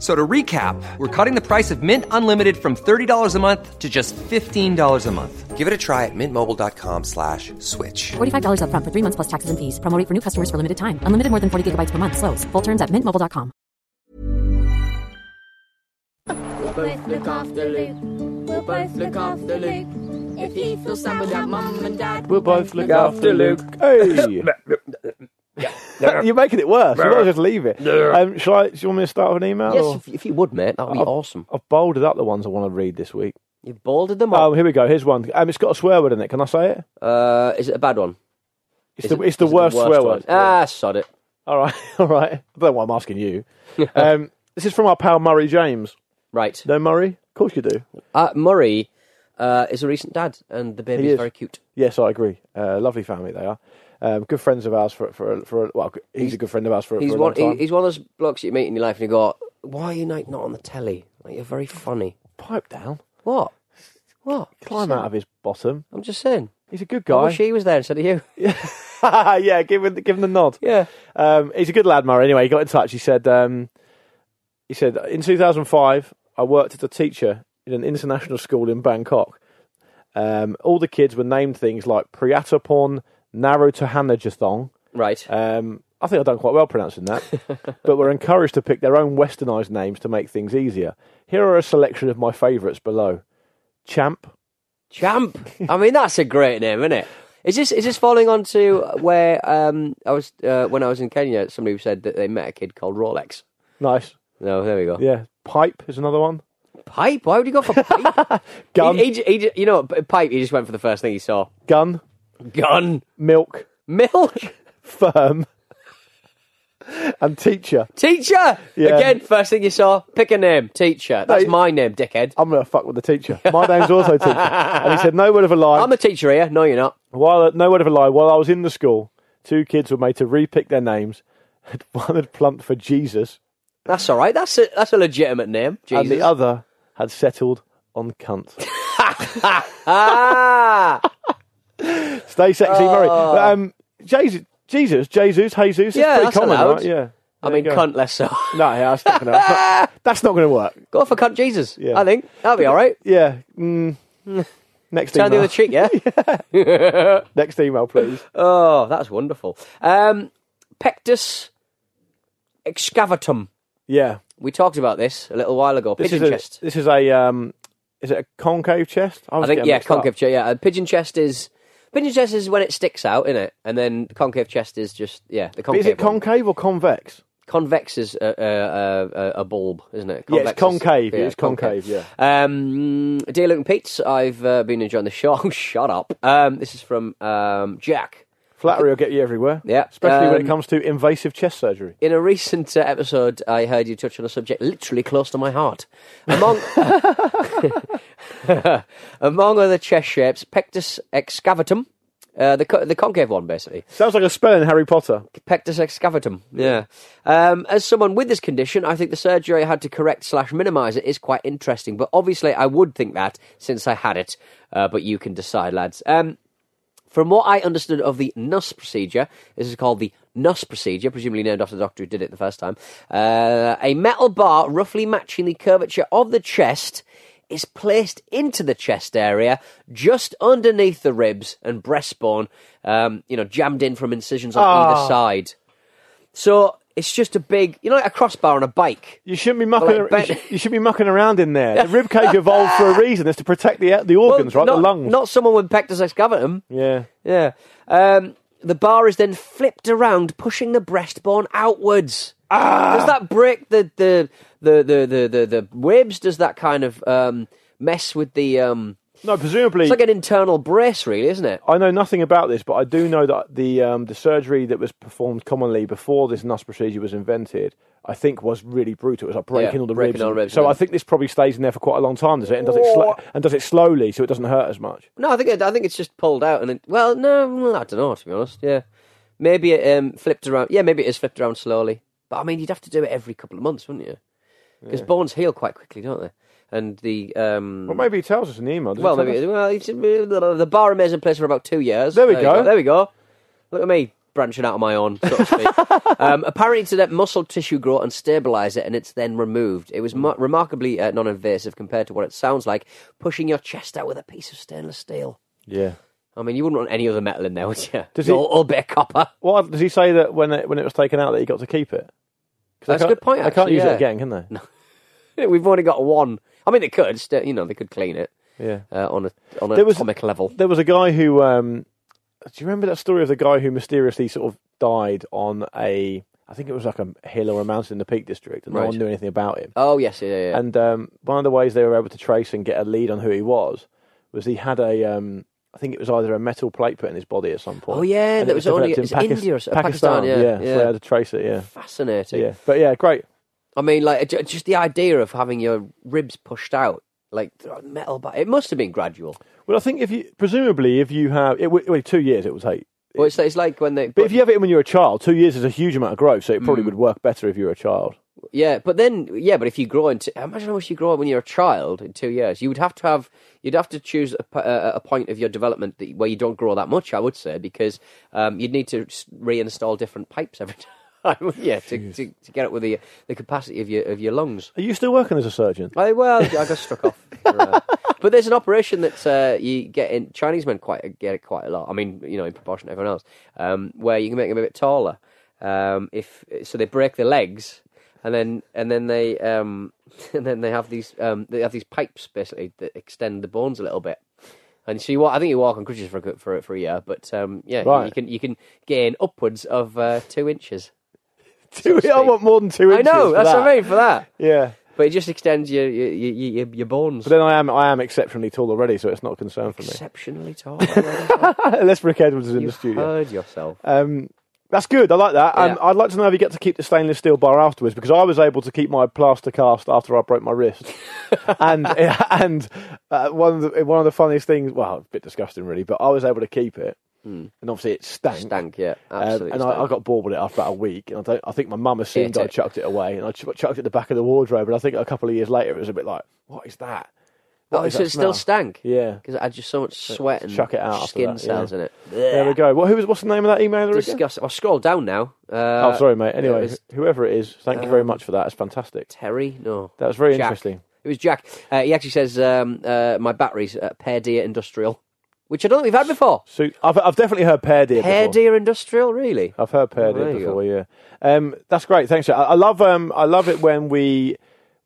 [SPEAKER 4] So to recap, we're cutting the price of Mint Unlimited from $30 a month to just $15 a month. Give it a try at mintmobile.com slash switch.
[SPEAKER 5] $45 up front for three months plus taxes and fees. Promo rate for new customers for limited time. Unlimited more than 40 gigabytes per month. Slows. Full terms at mintmobile.com.
[SPEAKER 6] We'll both look after Luke. We'll both look after Luke. If he feels sad without mum and dad,
[SPEAKER 2] We'll both look
[SPEAKER 1] after Luke.
[SPEAKER 2] Hey, you're making it worse. You might as well just leave it. Um, shall I? Do you want me to start with an email?
[SPEAKER 1] Yes,
[SPEAKER 2] or-
[SPEAKER 1] if, if you would, mate, that would be
[SPEAKER 2] I've-
[SPEAKER 1] awesome.
[SPEAKER 2] I've bolded up the ones I want to read this week.
[SPEAKER 1] You've bolded them
[SPEAKER 2] Um,
[SPEAKER 1] up.
[SPEAKER 2] here we go. Here's one. Um, it's got a swear word in it. Can I say it?
[SPEAKER 1] uh, is it a bad one?
[SPEAKER 2] It's
[SPEAKER 1] Is
[SPEAKER 2] the
[SPEAKER 1] it-
[SPEAKER 2] it's the
[SPEAKER 1] is it
[SPEAKER 2] worst, swear
[SPEAKER 1] one?
[SPEAKER 2] word.
[SPEAKER 1] Ah, sod it.
[SPEAKER 2] All right, all right. I don't know why I'm asking you. um, this is from our pal Murray James.
[SPEAKER 1] Right.
[SPEAKER 2] No, Murray. Of course you do.
[SPEAKER 1] Uh, Murray uh, is a recent dad, and the baby
[SPEAKER 2] He
[SPEAKER 1] is.
[SPEAKER 2] is.
[SPEAKER 1] very cute.
[SPEAKER 2] Yes, I agree. Uh, lovely family they are. Um, good friends of ours for for for well, he's, a good friend of ours for,
[SPEAKER 1] He's
[SPEAKER 2] for a
[SPEAKER 1] one.
[SPEAKER 2] long time.
[SPEAKER 1] He, he's one of those blokes that you meet in your life, and you go, "Why are you like, not on the telly? Like, you're very funny."
[SPEAKER 2] pipe down,
[SPEAKER 1] What? What?
[SPEAKER 2] climb out of his bottom.
[SPEAKER 1] I'm just saying.
[SPEAKER 2] He's a good
[SPEAKER 1] I
[SPEAKER 2] guy.
[SPEAKER 1] wish he was there instead of you.
[SPEAKER 2] yeah, give him, give him the nod.
[SPEAKER 1] Yeah.
[SPEAKER 2] Um, he's a good lad, Murray. Anyway, he got in touch. He said, um, He said, In 2005, I worked as a teacher in an international school in Bangkok. Um, all the kids were named things like Priyatapon Narotohanajathong.
[SPEAKER 1] Right.
[SPEAKER 2] Um, I think I've done quite well pronouncing that, but were encouraged to pick their own westernised names to make things easier. Here are a selection of my favourites below Champ.
[SPEAKER 1] Champ. I mean, that's a great name, isn't it? Is this is this falling on to where um, I was uh, when I was in Kenya? Somebody said that they met a kid called Rolex.
[SPEAKER 2] Nice.
[SPEAKER 1] No, there we go.
[SPEAKER 2] Yeah. Pipe is another one.
[SPEAKER 1] Pipe? Why would you go for pipe?
[SPEAKER 2] Gun.
[SPEAKER 1] He, he, j- he j- you know, what, p- pipe. He just went for the first thing he saw.
[SPEAKER 2] Gun.
[SPEAKER 1] Gun,
[SPEAKER 2] Milk.
[SPEAKER 1] milk,
[SPEAKER 2] Firm. and Teacher.
[SPEAKER 1] teacher.
[SPEAKER 2] Yeah.
[SPEAKER 1] Again, first thing you saw. Pick a name, teacher. That's
[SPEAKER 2] No,
[SPEAKER 1] my name, dickhead.
[SPEAKER 2] I'm going to fuck with the teacher. My name's also Teacher. And he said, No word of a lie.
[SPEAKER 1] I'm a teacher here. No, you're not.
[SPEAKER 2] While no word of a lie, while I was in the school, two kids were made to repick their names. One had plumped for Jesus,
[SPEAKER 1] That's all right. That's a that's a legitimate name. Jesus.
[SPEAKER 2] and the other had settled on cunt.
[SPEAKER 1] ah,
[SPEAKER 2] Stay sexy, Murray. Um, Jesus, Jesus, Jesus, Jesus.
[SPEAKER 1] Oh. Yeah,
[SPEAKER 2] it's pretty
[SPEAKER 1] that's
[SPEAKER 2] common,
[SPEAKER 1] allowed.
[SPEAKER 2] right? Yeah.
[SPEAKER 1] I
[SPEAKER 2] There you
[SPEAKER 1] mean,
[SPEAKER 2] go.
[SPEAKER 1] cunt less so.
[SPEAKER 2] No, yeah, that's not going to. That's not going to work.
[SPEAKER 1] Go for cunt Jesus.
[SPEAKER 2] Yeah.
[SPEAKER 1] I think that'll be all right.
[SPEAKER 2] Yeah. Mm. Next
[SPEAKER 1] Turn the
[SPEAKER 2] email.
[SPEAKER 1] other cheek, yeah.
[SPEAKER 2] Next email, please.
[SPEAKER 1] Oh, that's wonderful. Um, pectus excavatum.
[SPEAKER 2] Yeah.
[SPEAKER 1] We talked about this a little while ago.
[SPEAKER 2] This
[SPEAKER 1] Pigeon
[SPEAKER 2] is a.
[SPEAKER 1] chest.
[SPEAKER 2] This is a. Um, is it a concave chest?
[SPEAKER 1] I
[SPEAKER 2] was
[SPEAKER 1] think
[SPEAKER 2] getting
[SPEAKER 1] yeah,
[SPEAKER 2] mixed up.
[SPEAKER 1] concave chest. Yeah, Uh, pigeon chest is pigeon chest is when it sticks out, isn't it? And then concave chest is just yeah, the
[SPEAKER 2] But
[SPEAKER 1] concave.
[SPEAKER 2] Is it
[SPEAKER 1] one.
[SPEAKER 2] concave or convex?
[SPEAKER 1] Convex is a, a, uh, a, a- a bulb, isn't it?
[SPEAKER 2] Yeah, it's
[SPEAKER 1] Convex is-
[SPEAKER 2] concave. It's concave,
[SPEAKER 1] Um, dear Luke and Pete, I've uh, been enjoying the show. Oh, Shut up. Um, this is from um, Jack.
[SPEAKER 2] Flattery will get you everywhere.
[SPEAKER 1] Yeah,
[SPEAKER 2] Especially when
[SPEAKER 1] um,
[SPEAKER 2] it comes to invasive chest surgery.
[SPEAKER 1] In a recent uh, episode, I heard you touch on a subject literally close to my heart. Among among other chest shapes, pectus excavatum, uh, the co- the concave one, basically.
[SPEAKER 2] Sounds like a spell in Harry Potter.
[SPEAKER 1] pectus excavatum. Yeah. Um, as someone with this condition, I think the surgery I had to correct slash minimise it is quite interesting. But obviously, I would think that since I had it. Uh, but you can decide, lads. Um, from what I understood of the Nuss procedure, this is called the Nuss procedure, presumably named after the doctor who did it the first time. Uh, a metal bar roughly matching the curvature of the chest is placed into the chest area, just underneath the ribs and breastbone. Um, you know, jammed in from incisions on
[SPEAKER 2] Ah.
[SPEAKER 1] either side. So it's just a big, you know, like a crossbar on a bike.
[SPEAKER 2] You shouldn't be mucking.
[SPEAKER 1] Like
[SPEAKER 2] ar-
[SPEAKER 1] Ben-
[SPEAKER 2] you, sh- you should be mucking around in there. The rib cage evolved for a reason. It's to protect the e- the organs,
[SPEAKER 1] Well,
[SPEAKER 2] right?
[SPEAKER 1] not,
[SPEAKER 2] the lungs.
[SPEAKER 1] Not someone with pectus excavatum.
[SPEAKER 2] yeah.
[SPEAKER 1] Yeah. Um, the bar is then flipped around, pushing the breastbone outwards. Does that break the the the the the, the, the ribs? Does that kind of um, mess with the? Um,
[SPEAKER 2] No, presumably.
[SPEAKER 1] it's like an internal brace, really, isn't it?
[SPEAKER 2] I know nothing about this, but I do know that the um, the surgery that was performed commonly before this Nuss procedure was invented, I think, was really brutal. It was like breaking
[SPEAKER 1] Yeah,
[SPEAKER 2] all the
[SPEAKER 1] breaking
[SPEAKER 2] ribs.
[SPEAKER 1] all the ribs,
[SPEAKER 2] So
[SPEAKER 1] yeah.
[SPEAKER 2] I think this probably stays in there for quite a long time, does it? And does it sl- and does it slowly, so it doesn't hurt as much.
[SPEAKER 1] No, I think it, I think it's just pulled out, and it, well, no, well, I don't know to be honest. Yeah, maybe it um, flipped around. Yeah, maybe it is flipped around slowly. But I mean, you'd have to do it every couple of months, wouldn't you? Because bones heal quite quickly, don't they? And the um,
[SPEAKER 2] Well, maybe he tells us in the email. does he
[SPEAKER 1] Well,
[SPEAKER 2] tell us?
[SPEAKER 1] maybe well, it's, uh, the bar remains in place for about two years.
[SPEAKER 2] There we
[SPEAKER 1] you
[SPEAKER 2] go.
[SPEAKER 1] There we go. Look at me branching out on my own, so to speak. um, apparently, to let muscle tissue grow and stabilize it, and it's then removed. It
[SPEAKER 2] Hmm.
[SPEAKER 1] was mar- remarkably uh, non-invasive compared to what it sounds like pushing your chest out with a piece of stainless steel.
[SPEAKER 2] Yeah.
[SPEAKER 1] I mean, you wouldn't want any other metal in there, would you?
[SPEAKER 2] Does
[SPEAKER 1] Does it...
[SPEAKER 2] it-
[SPEAKER 1] Or, or a bit of copper.
[SPEAKER 2] Well, does he say that when it, when it was taken out that he got to keep it? 'Cause they
[SPEAKER 1] That's a
[SPEAKER 2] can't-
[SPEAKER 1] good point,
[SPEAKER 2] They can't
[SPEAKER 1] actually,
[SPEAKER 2] use
[SPEAKER 1] yeah.
[SPEAKER 2] it again, can they? No.
[SPEAKER 1] We've only got one. I mean, they could, st- you know, they could clean it
[SPEAKER 2] Yeah.
[SPEAKER 1] uh, on a on an
[SPEAKER 2] There was-
[SPEAKER 1] atomic level.
[SPEAKER 2] There was a guy who. Um, do you remember that story of the guy who mysteriously sort of died on a? I think it was like a hill or a mountain in the Peak District, and
[SPEAKER 1] Right.
[SPEAKER 2] no one knew anything about him.
[SPEAKER 1] Oh yes, yeah, yeah. yeah.
[SPEAKER 2] And um, one of the ways they were able to trace and get a lead on who he was was he had a. Um, I think it was either a metal plate put in his body at some point.
[SPEAKER 1] Oh, yeah,
[SPEAKER 2] and
[SPEAKER 1] that
[SPEAKER 2] it
[SPEAKER 1] was only-
[SPEAKER 2] developed in
[SPEAKER 1] it's India or so- Pakistan, yeah,
[SPEAKER 2] yeah, So
[SPEAKER 1] yeah.
[SPEAKER 2] they had to trace it, yeah,
[SPEAKER 1] Fascinating.
[SPEAKER 2] yeah. But yeah, great.
[SPEAKER 1] I mean, like ju- just the idea of having your ribs pushed out, like metal. But it must have been gradual.
[SPEAKER 2] Well, I think if you presumably if you have it, w- well, two years it will take.
[SPEAKER 1] Well, it's, it's like when they,
[SPEAKER 2] But if you have it when you're a child, two years is a huge amount of growth, so it
[SPEAKER 1] Mm.
[SPEAKER 2] probably would work better if you're a child.
[SPEAKER 1] yeah. But then, yeah. But if you grow into, imagine how much you grow up when you're a child in two years. You would have to have, you'd have to choose a, p- a, a point of your development that, where you don't grow that much. I would say because um, you'd need to s- reinstall different pipes every time. time. yeah, to, to, to get up with the the capacity of your of your lungs.
[SPEAKER 2] Are you still working as a surgeon?
[SPEAKER 1] I, well, I got struck off. for, uh, but there's an operation that uh, you get in Chinese men quite get it quite a lot. I mean, you know, in proportion to everyone else, um, where you can make them a bit taller. Um, if so, they break their legs, and then and then they um, and then they have these um, they have these pipes basically that extend the bones a little bit. And so you, wa- I think you walk on crutches for a, good- for a- for a year, but um, yeah,
[SPEAKER 2] Right.
[SPEAKER 1] you can you can gain upwards of uh, two inches.
[SPEAKER 2] Two, I want more than two
[SPEAKER 1] I
[SPEAKER 2] inches.
[SPEAKER 1] know
[SPEAKER 2] for
[SPEAKER 1] that's
[SPEAKER 2] that.
[SPEAKER 1] what I mean for that.
[SPEAKER 2] Yeah,
[SPEAKER 1] But it just extends your your your, your, your bones.
[SPEAKER 2] but then I am I am exceptionally tall already, so it's not a concern for me.
[SPEAKER 1] Exceptionally tall. Well,
[SPEAKER 2] Unless Rick Edwards is in
[SPEAKER 1] you
[SPEAKER 2] the studio.
[SPEAKER 1] heard yourself.
[SPEAKER 2] Um, that's good. I like that. And
[SPEAKER 1] Yeah.
[SPEAKER 2] I'd like to know if you get to keep the stainless steel bar afterwards because I was able to keep my plaster cast after I broke my wrist. and and uh, one of the one of the funniest things, well, a bit disgusting really, but I was able to keep it. And obviously it stank.
[SPEAKER 1] Hmm. Stank, yeah,
[SPEAKER 2] Um,
[SPEAKER 1] absolutely.
[SPEAKER 2] and
[SPEAKER 1] stank.
[SPEAKER 2] I, I got bored with it after about a week. And I, don't, I think my mum assumed
[SPEAKER 1] Ate
[SPEAKER 2] I
[SPEAKER 1] it.
[SPEAKER 2] chucked it away, and I ch- chucked it at the back of the wardrobe. And I think a couple of years later, it was a bit like, "What is that?"
[SPEAKER 1] Oh,
[SPEAKER 2] What is
[SPEAKER 1] so
[SPEAKER 2] that
[SPEAKER 1] it still
[SPEAKER 2] smell?
[SPEAKER 1] stank.
[SPEAKER 2] Yeah.
[SPEAKER 1] because I had just so much sweat and
[SPEAKER 2] chuck it out after
[SPEAKER 1] skin
[SPEAKER 2] that,
[SPEAKER 1] cells
[SPEAKER 2] yeah.
[SPEAKER 1] in it.
[SPEAKER 2] There we go. What, who was? What's the name of that emailer again?
[SPEAKER 1] Disgust. I'll scroll down now. Uh,
[SPEAKER 2] oh, sorry,
[SPEAKER 1] it
[SPEAKER 2] mate. Anyway,
[SPEAKER 1] was
[SPEAKER 2] wh- whoever it is, thank you very much for that. It's fantastic.
[SPEAKER 1] Terry. No,
[SPEAKER 2] That was very
[SPEAKER 1] Jack.
[SPEAKER 2] interesting.
[SPEAKER 1] It was Jack. Uh, he actually says um, uh, my batteries at Pear Deer Industrial, which I don't think we've had before.
[SPEAKER 2] So I've, I've definitely heard Pear Deer.
[SPEAKER 1] Pear
[SPEAKER 2] before.
[SPEAKER 1] Deer Industrial, really?
[SPEAKER 2] I've heard Pear Deer
[SPEAKER 1] there you
[SPEAKER 2] before. Yeah, um, that's great. Thanks. I, I love. Um, I love it when we.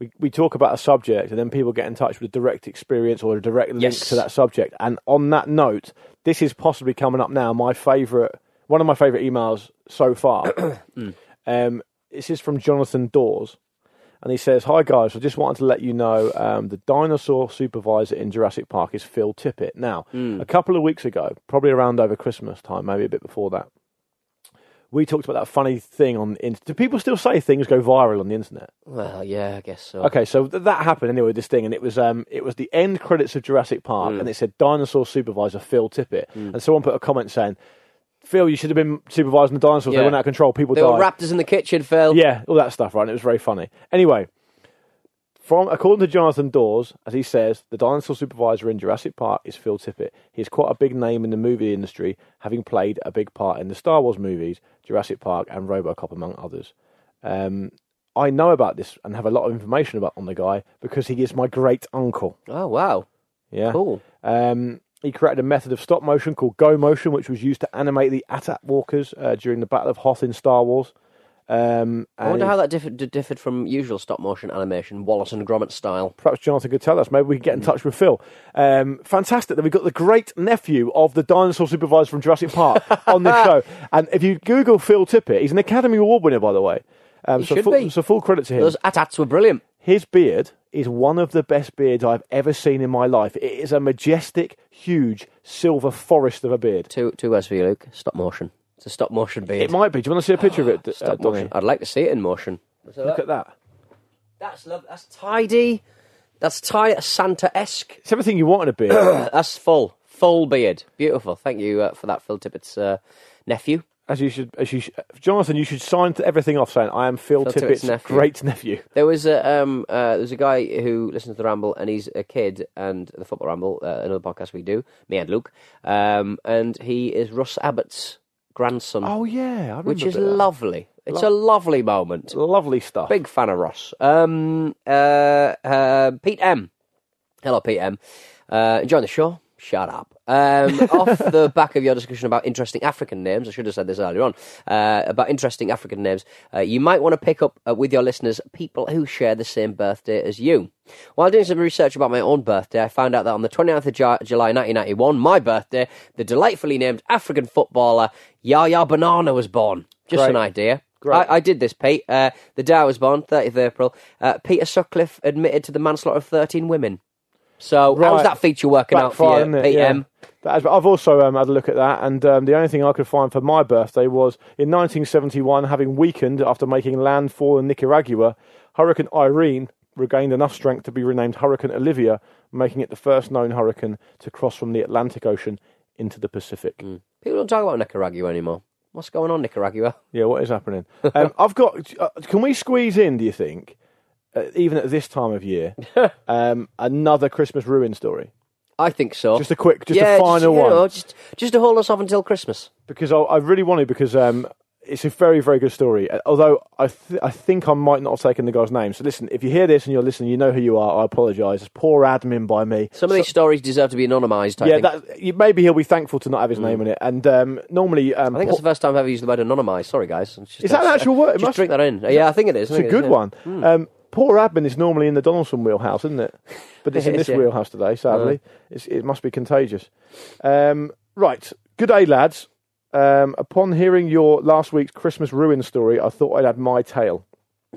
[SPEAKER 2] We, we talk about a subject and then people get in touch with a direct experience or a direct link
[SPEAKER 1] Yes.
[SPEAKER 2] to that subject. And on that note, this is possibly coming up now. My favorite, one of my favorite emails so far. um, this is from Jonathan Dawes. And he says, Hi guys, I just wanted to let you know um, the dinosaur supervisor in Jurassic Park is Phil Tippett. Now, a couple of weeks ago, probably around over Christmas time, maybe a bit before that, we talked about that funny thing on the internet. Do people still say things go viral on the internet?
[SPEAKER 1] Well, yeah, I guess so.
[SPEAKER 2] Okay, so th- that happened anyway. This thing, and it was um, it was the end credits of Jurassic Park,
[SPEAKER 1] Mm.
[SPEAKER 2] and it said dinosaur supervisor Phil Tippett, and someone put a comment saying, "Phil, you should have been supervising the dinosaurs. They
[SPEAKER 1] Yeah.
[SPEAKER 2] went out of control. People
[SPEAKER 1] There
[SPEAKER 2] died.
[SPEAKER 1] were raptors in the kitchen, Phil.
[SPEAKER 2] Yeah, all that stuff, right? And it was very funny. Anyway, from according to Jonathan Dawes, as he says, the dinosaur supervisor in Jurassic Park is Phil Tippett. He's quite a big name in the movie industry, having played a big part in the Star Wars movies, Jurassic Park, and RoboCop, among others. Um, I know about this and have a lot of information about on the guy because he is my great uncle.
[SPEAKER 1] Oh wow,
[SPEAKER 2] Yeah.
[SPEAKER 1] cool.
[SPEAKER 2] Um, he created a method of stop motion called Go Motion, which was used to animate the AT-AT walkers uh, during the Battle of Hoth in Star Wars. Um,
[SPEAKER 1] I wonder
[SPEAKER 2] and-
[SPEAKER 1] how that differed, d- differed from usual stop motion animation, Wallace and Gromit style.
[SPEAKER 2] perhaps Jonathan could tell us. Maybe we can get in touch with Phil. Um, fantastic that we've got the great nephew of the dinosaur supervisor from Jurassic Park on this show. And if you Google Phil Tippett, he's an Academy Award winner, by the way. Um,
[SPEAKER 1] He
[SPEAKER 2] so,
[SPEAKER 1] should
[SPEAKER 2] full,
[SPEAKER 1] be.
[SPEAKER 2] so full credit to him.
[SPEAKER 1] Those atats were brilliant.
[SPEAKER 2] His beard is one of the best beards I've ever seen in my life. It is a majestic, huge, silver forest of a beard.
[SPEAKER 1] Two two words for you, Luke. Stop motion. It's a stop motion beard. Ah,
[SPEAKER 2] It might be. Do you want to see a picture of it, uh,
[SPEAKER 1] stop motion.
[SPEAKER 2] Donny?
[SPEAKER 1] I'd like to see it in motion.
[SPEAKER 2] Look at that.
[SPEAKER 1] That's love. That's tidy. That's tidy. That's Santa-esque.
[SPEAKER 2] It's everything you want in a beard.
[SPEAKER 1] That's full, full beard. Beautiful. Thank you uh, for that, Phil Tippett's uh, nephew.
[SPEAKER 2] as you should, as you should, Jonathan, you should sign to everything off saying, "I am Phil,
[SPEAKER 1] Phil Tippett's
[SPEAKER 2] Tippett's,
[SPEAKER 1] nephew.
[SPEAKER 2] great nephew."
[SPEAKER 1] There was a um, uh, there's a guy who listens to the Ramble, and he's a kid, and the Football Ramble, uh, another podcast we do, me and Luke, um, and he is Russ Abbott's grandson,
[SPEAKER 2] Oh yeah, I remember
[SPEAKER 1] which
[SPEAKER 2] a
[SPEAKER 1] is
[SPEAKER 2] bit of that.
[SPEAKER 1] lovely. It's a lovely moment.
[SPEAKER 2] Lovely stuff.
[SPEAKER 1] Big fan of Ross. Um, uh, uh, Pete M. Hello, Pete M. Uh, enjoying the show. Shut up. Um, off the back of your discussion about interesting African names, I should have said this earlier on, uh, about interesting African names, uh, you might want to pick up uh, with your listeners people who share the same birthday as you. While doing some research about my own birthday, I found out that on the 29th of Ju- July 1991, my birthday, the delightfully named African footballer Yaya Banana was born. Just
[SPEAKER 2] Great.
[SPEAKER 1] an idea.
[SPEAKER 2] Great.
[SPEAKER 1] I, I did this, Pete. Uh, the day I was born, 30th of April, uh, Peter Sutcliffe admitted to the manslaughter of 13 women. So how's
[SPEAKER 2] Right.
[SPEAKER 1] that feature working out for
[SPEAKER 2] Backfiring
[SPEAKER 1] you,
[SPEAKER 2] it,
[SPEAKER 1] PM?
[SPEAKER 2] yeah. That is, but I've also um, had a look at that, and um, the only thing I could find for my birthday was in 1971, having weakened after making landfall in Nicaragua, Hurricane Irene regained enough strength to be renamed Hurricane Olivia, making it the first known hurricane to cross from the Atlantic Ocean into the Pacific.
[SPEAKER 1] People don't talk about Nicaragua anymore. What's going on, Nicaragua?
[SPEAKER 2] Yeah, what is happening? Um, I've got. Uh, can we squeeze in? Do you think, uh, even at this time of year, um, another Christmas ruin story?
[SPEAKER 1] I think so.
[SPEAKER 2] Just a quick- just a
[SPEAKER 1] yeah,
[SPEAKER 2] final
[SPEAKER 1] you
[SPEAKER 2] one.
[SPEAKER 1] know, just, just to hold us off until Christmas.
[SPEAKER 2] because I, I really wanted because um, it's a very, very good story. Uh, Although I, th- I think I might not have taken the guy's name. So listen, if you hear this and you're listening, you know who you are. I apologise. It's poor admin by me.
[SPEAKER 1] Some of these stories deserve to be anonymised. I
[SPEAKER 2] yeah,
[SPEAKER 1] think.
[SPEAKER 2] that, you- maybe he'll be thankful to not have his name in it. And um, normally, um,
[SPEAKER 1] Hmm. I think it's the first time I've ever used the word anonymised. Sorry, guys. It's just-
[SPEAKER 2] Is that an actual word? It
[SPEAKER 1] Just
[SPEAKER 2] must-
[SPEAKER 1] drink that in. Yeah, I think it is. I
[SPEAKER 2] It's a
[SPEAKER 1] think it is,
[SPEAKER 2] good
[SPEAKER 1] yeah. Hmm.
[SPEAKER 2] one. Um, poor admin is normally in the Donaldson wheelhouse, isn't it? But it's in
[SPEAKER 1] It is,
[SPEAKER 2] this
[SPEAKER 1] yeah. Uh.
[SPEAKER 2] wheelhouse today, sadly. It's, it must be contagious. Um, right. Good day, lads. Um, upon hearing your last week's Christmas ruin story, I thought I'd add my tale.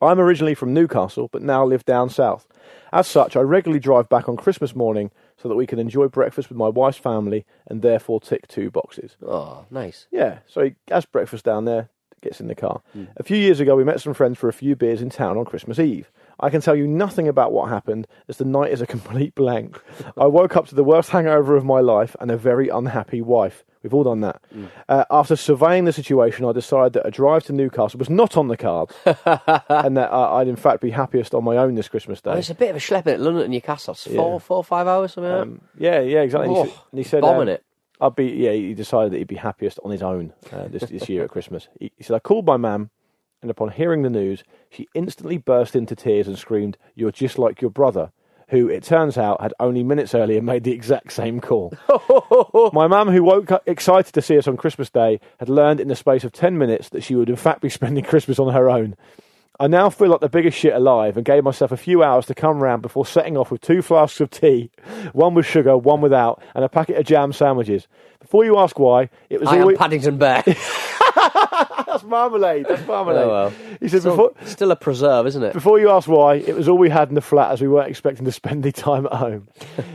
[SPEAKER 2] I'm originally from Newcastle, but now live down south. As such, I regularly drive back on Christmas morning so that we can enjoy breakfast with my wife's family and therefore tick two boxes.
[SPEAKER 1] Oh, nice.
[SPEAKER 2] Yeah, so he has breakfast down there, gets in the car. A few years ago, we met some friends for a few beers in town on Christmas Eve. I can tell you nothing about what happened, as the night is a complete blank. I woke up to the worst hangover of my life and a very unhappy wife. We've all done that. Uh, after surveying the situation, I decided that a drive to Newcastle was not on the cards, and that I I'd in fact be happiest on my own this Christmas
[SPEAKER 1] Well,
[SPEAKER 2] day.
[SPEAKER 1] it's a bit of a schlep in London and Newcastle. It's four, four, five hours, something like that.
[SPEAKER 2] Um, yeah, yeah, exactly.
[SPEAKER 1] Oh,
[SPEAKER 2] he, s- and he said, um,
[SPEAKER 1] bombing it.
[SPEAKER 2] I'd be, yeah, he decided that he'd be happiest on his own uh, this, this year at Christmas. He, he said, I called my mam, and upon hearing the news, she instantly burst into tears and screamed, You're just like your brother, who, it turns out, had only minutes earlier made the exact same call. my mam, who woke up excited to see us on Christmas Day, had learned in the space of 10 minutes that she would, in fact, be spending Christmas on her own. I now feel like the biggest shit alive and gave myself a few hours to come round before setting off with two flasks of tea, one with sugar, one without, and a packet of jam sandwiches. Before you ask why, it was
[SPEAKER 1] I am
[SPEAKER 2] always
[SPEAKER 1] Paddington Bear.
[SPEAKER 2] that's marmalade. That's marmalade.
[SPEAKER 1] Oh, well.
[SPEAKER 2] He said before
[SPEAKER 1] still, still a preserve, isn't it?
[SPEAKER 2] before you ask why, it was all we had in the flat as we weren't expecting to spend any time at home.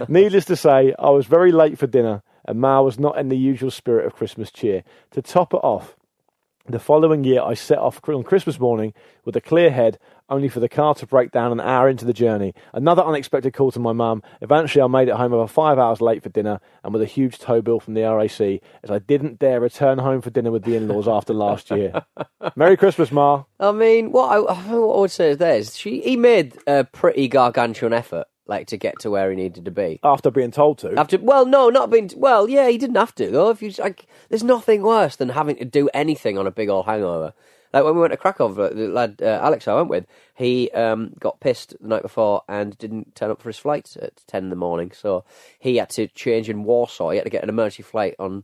[SPEAKER 2] Needless to say, I was very late for dinner and Ma was not in the usual spirit of Christmas cheer. To top it off, the following year I set off on Christmas morning with a clear head, only for the car to break down an hour into the journey. Another unexpected call to my mum. Eventually, I made it home over five hours late for dinner and with a huge tow bill from the RAC as I didn't dare return home for dinner with the in laws after last year. Merry Christmas, Ma.
[SPEAKER 1] I mean, what I, I think what I would say is this: she he made a pretty gargantuan effort, like to get to where he needed to be.
[SPEAKER 2] After being told to.
[SPEAKER 1] After well, no, not being well, yeah, he didn't have to though. If you like, there's nothing worse than having to do anything on a big old hangover. Like when we went to Krakow, uh, the lad uh, Alex I went with, he um, got pissed the night before and didn't turn up for his flight at ten in the morning. So he had to change in Warsaw. He had to get an emergency flight on,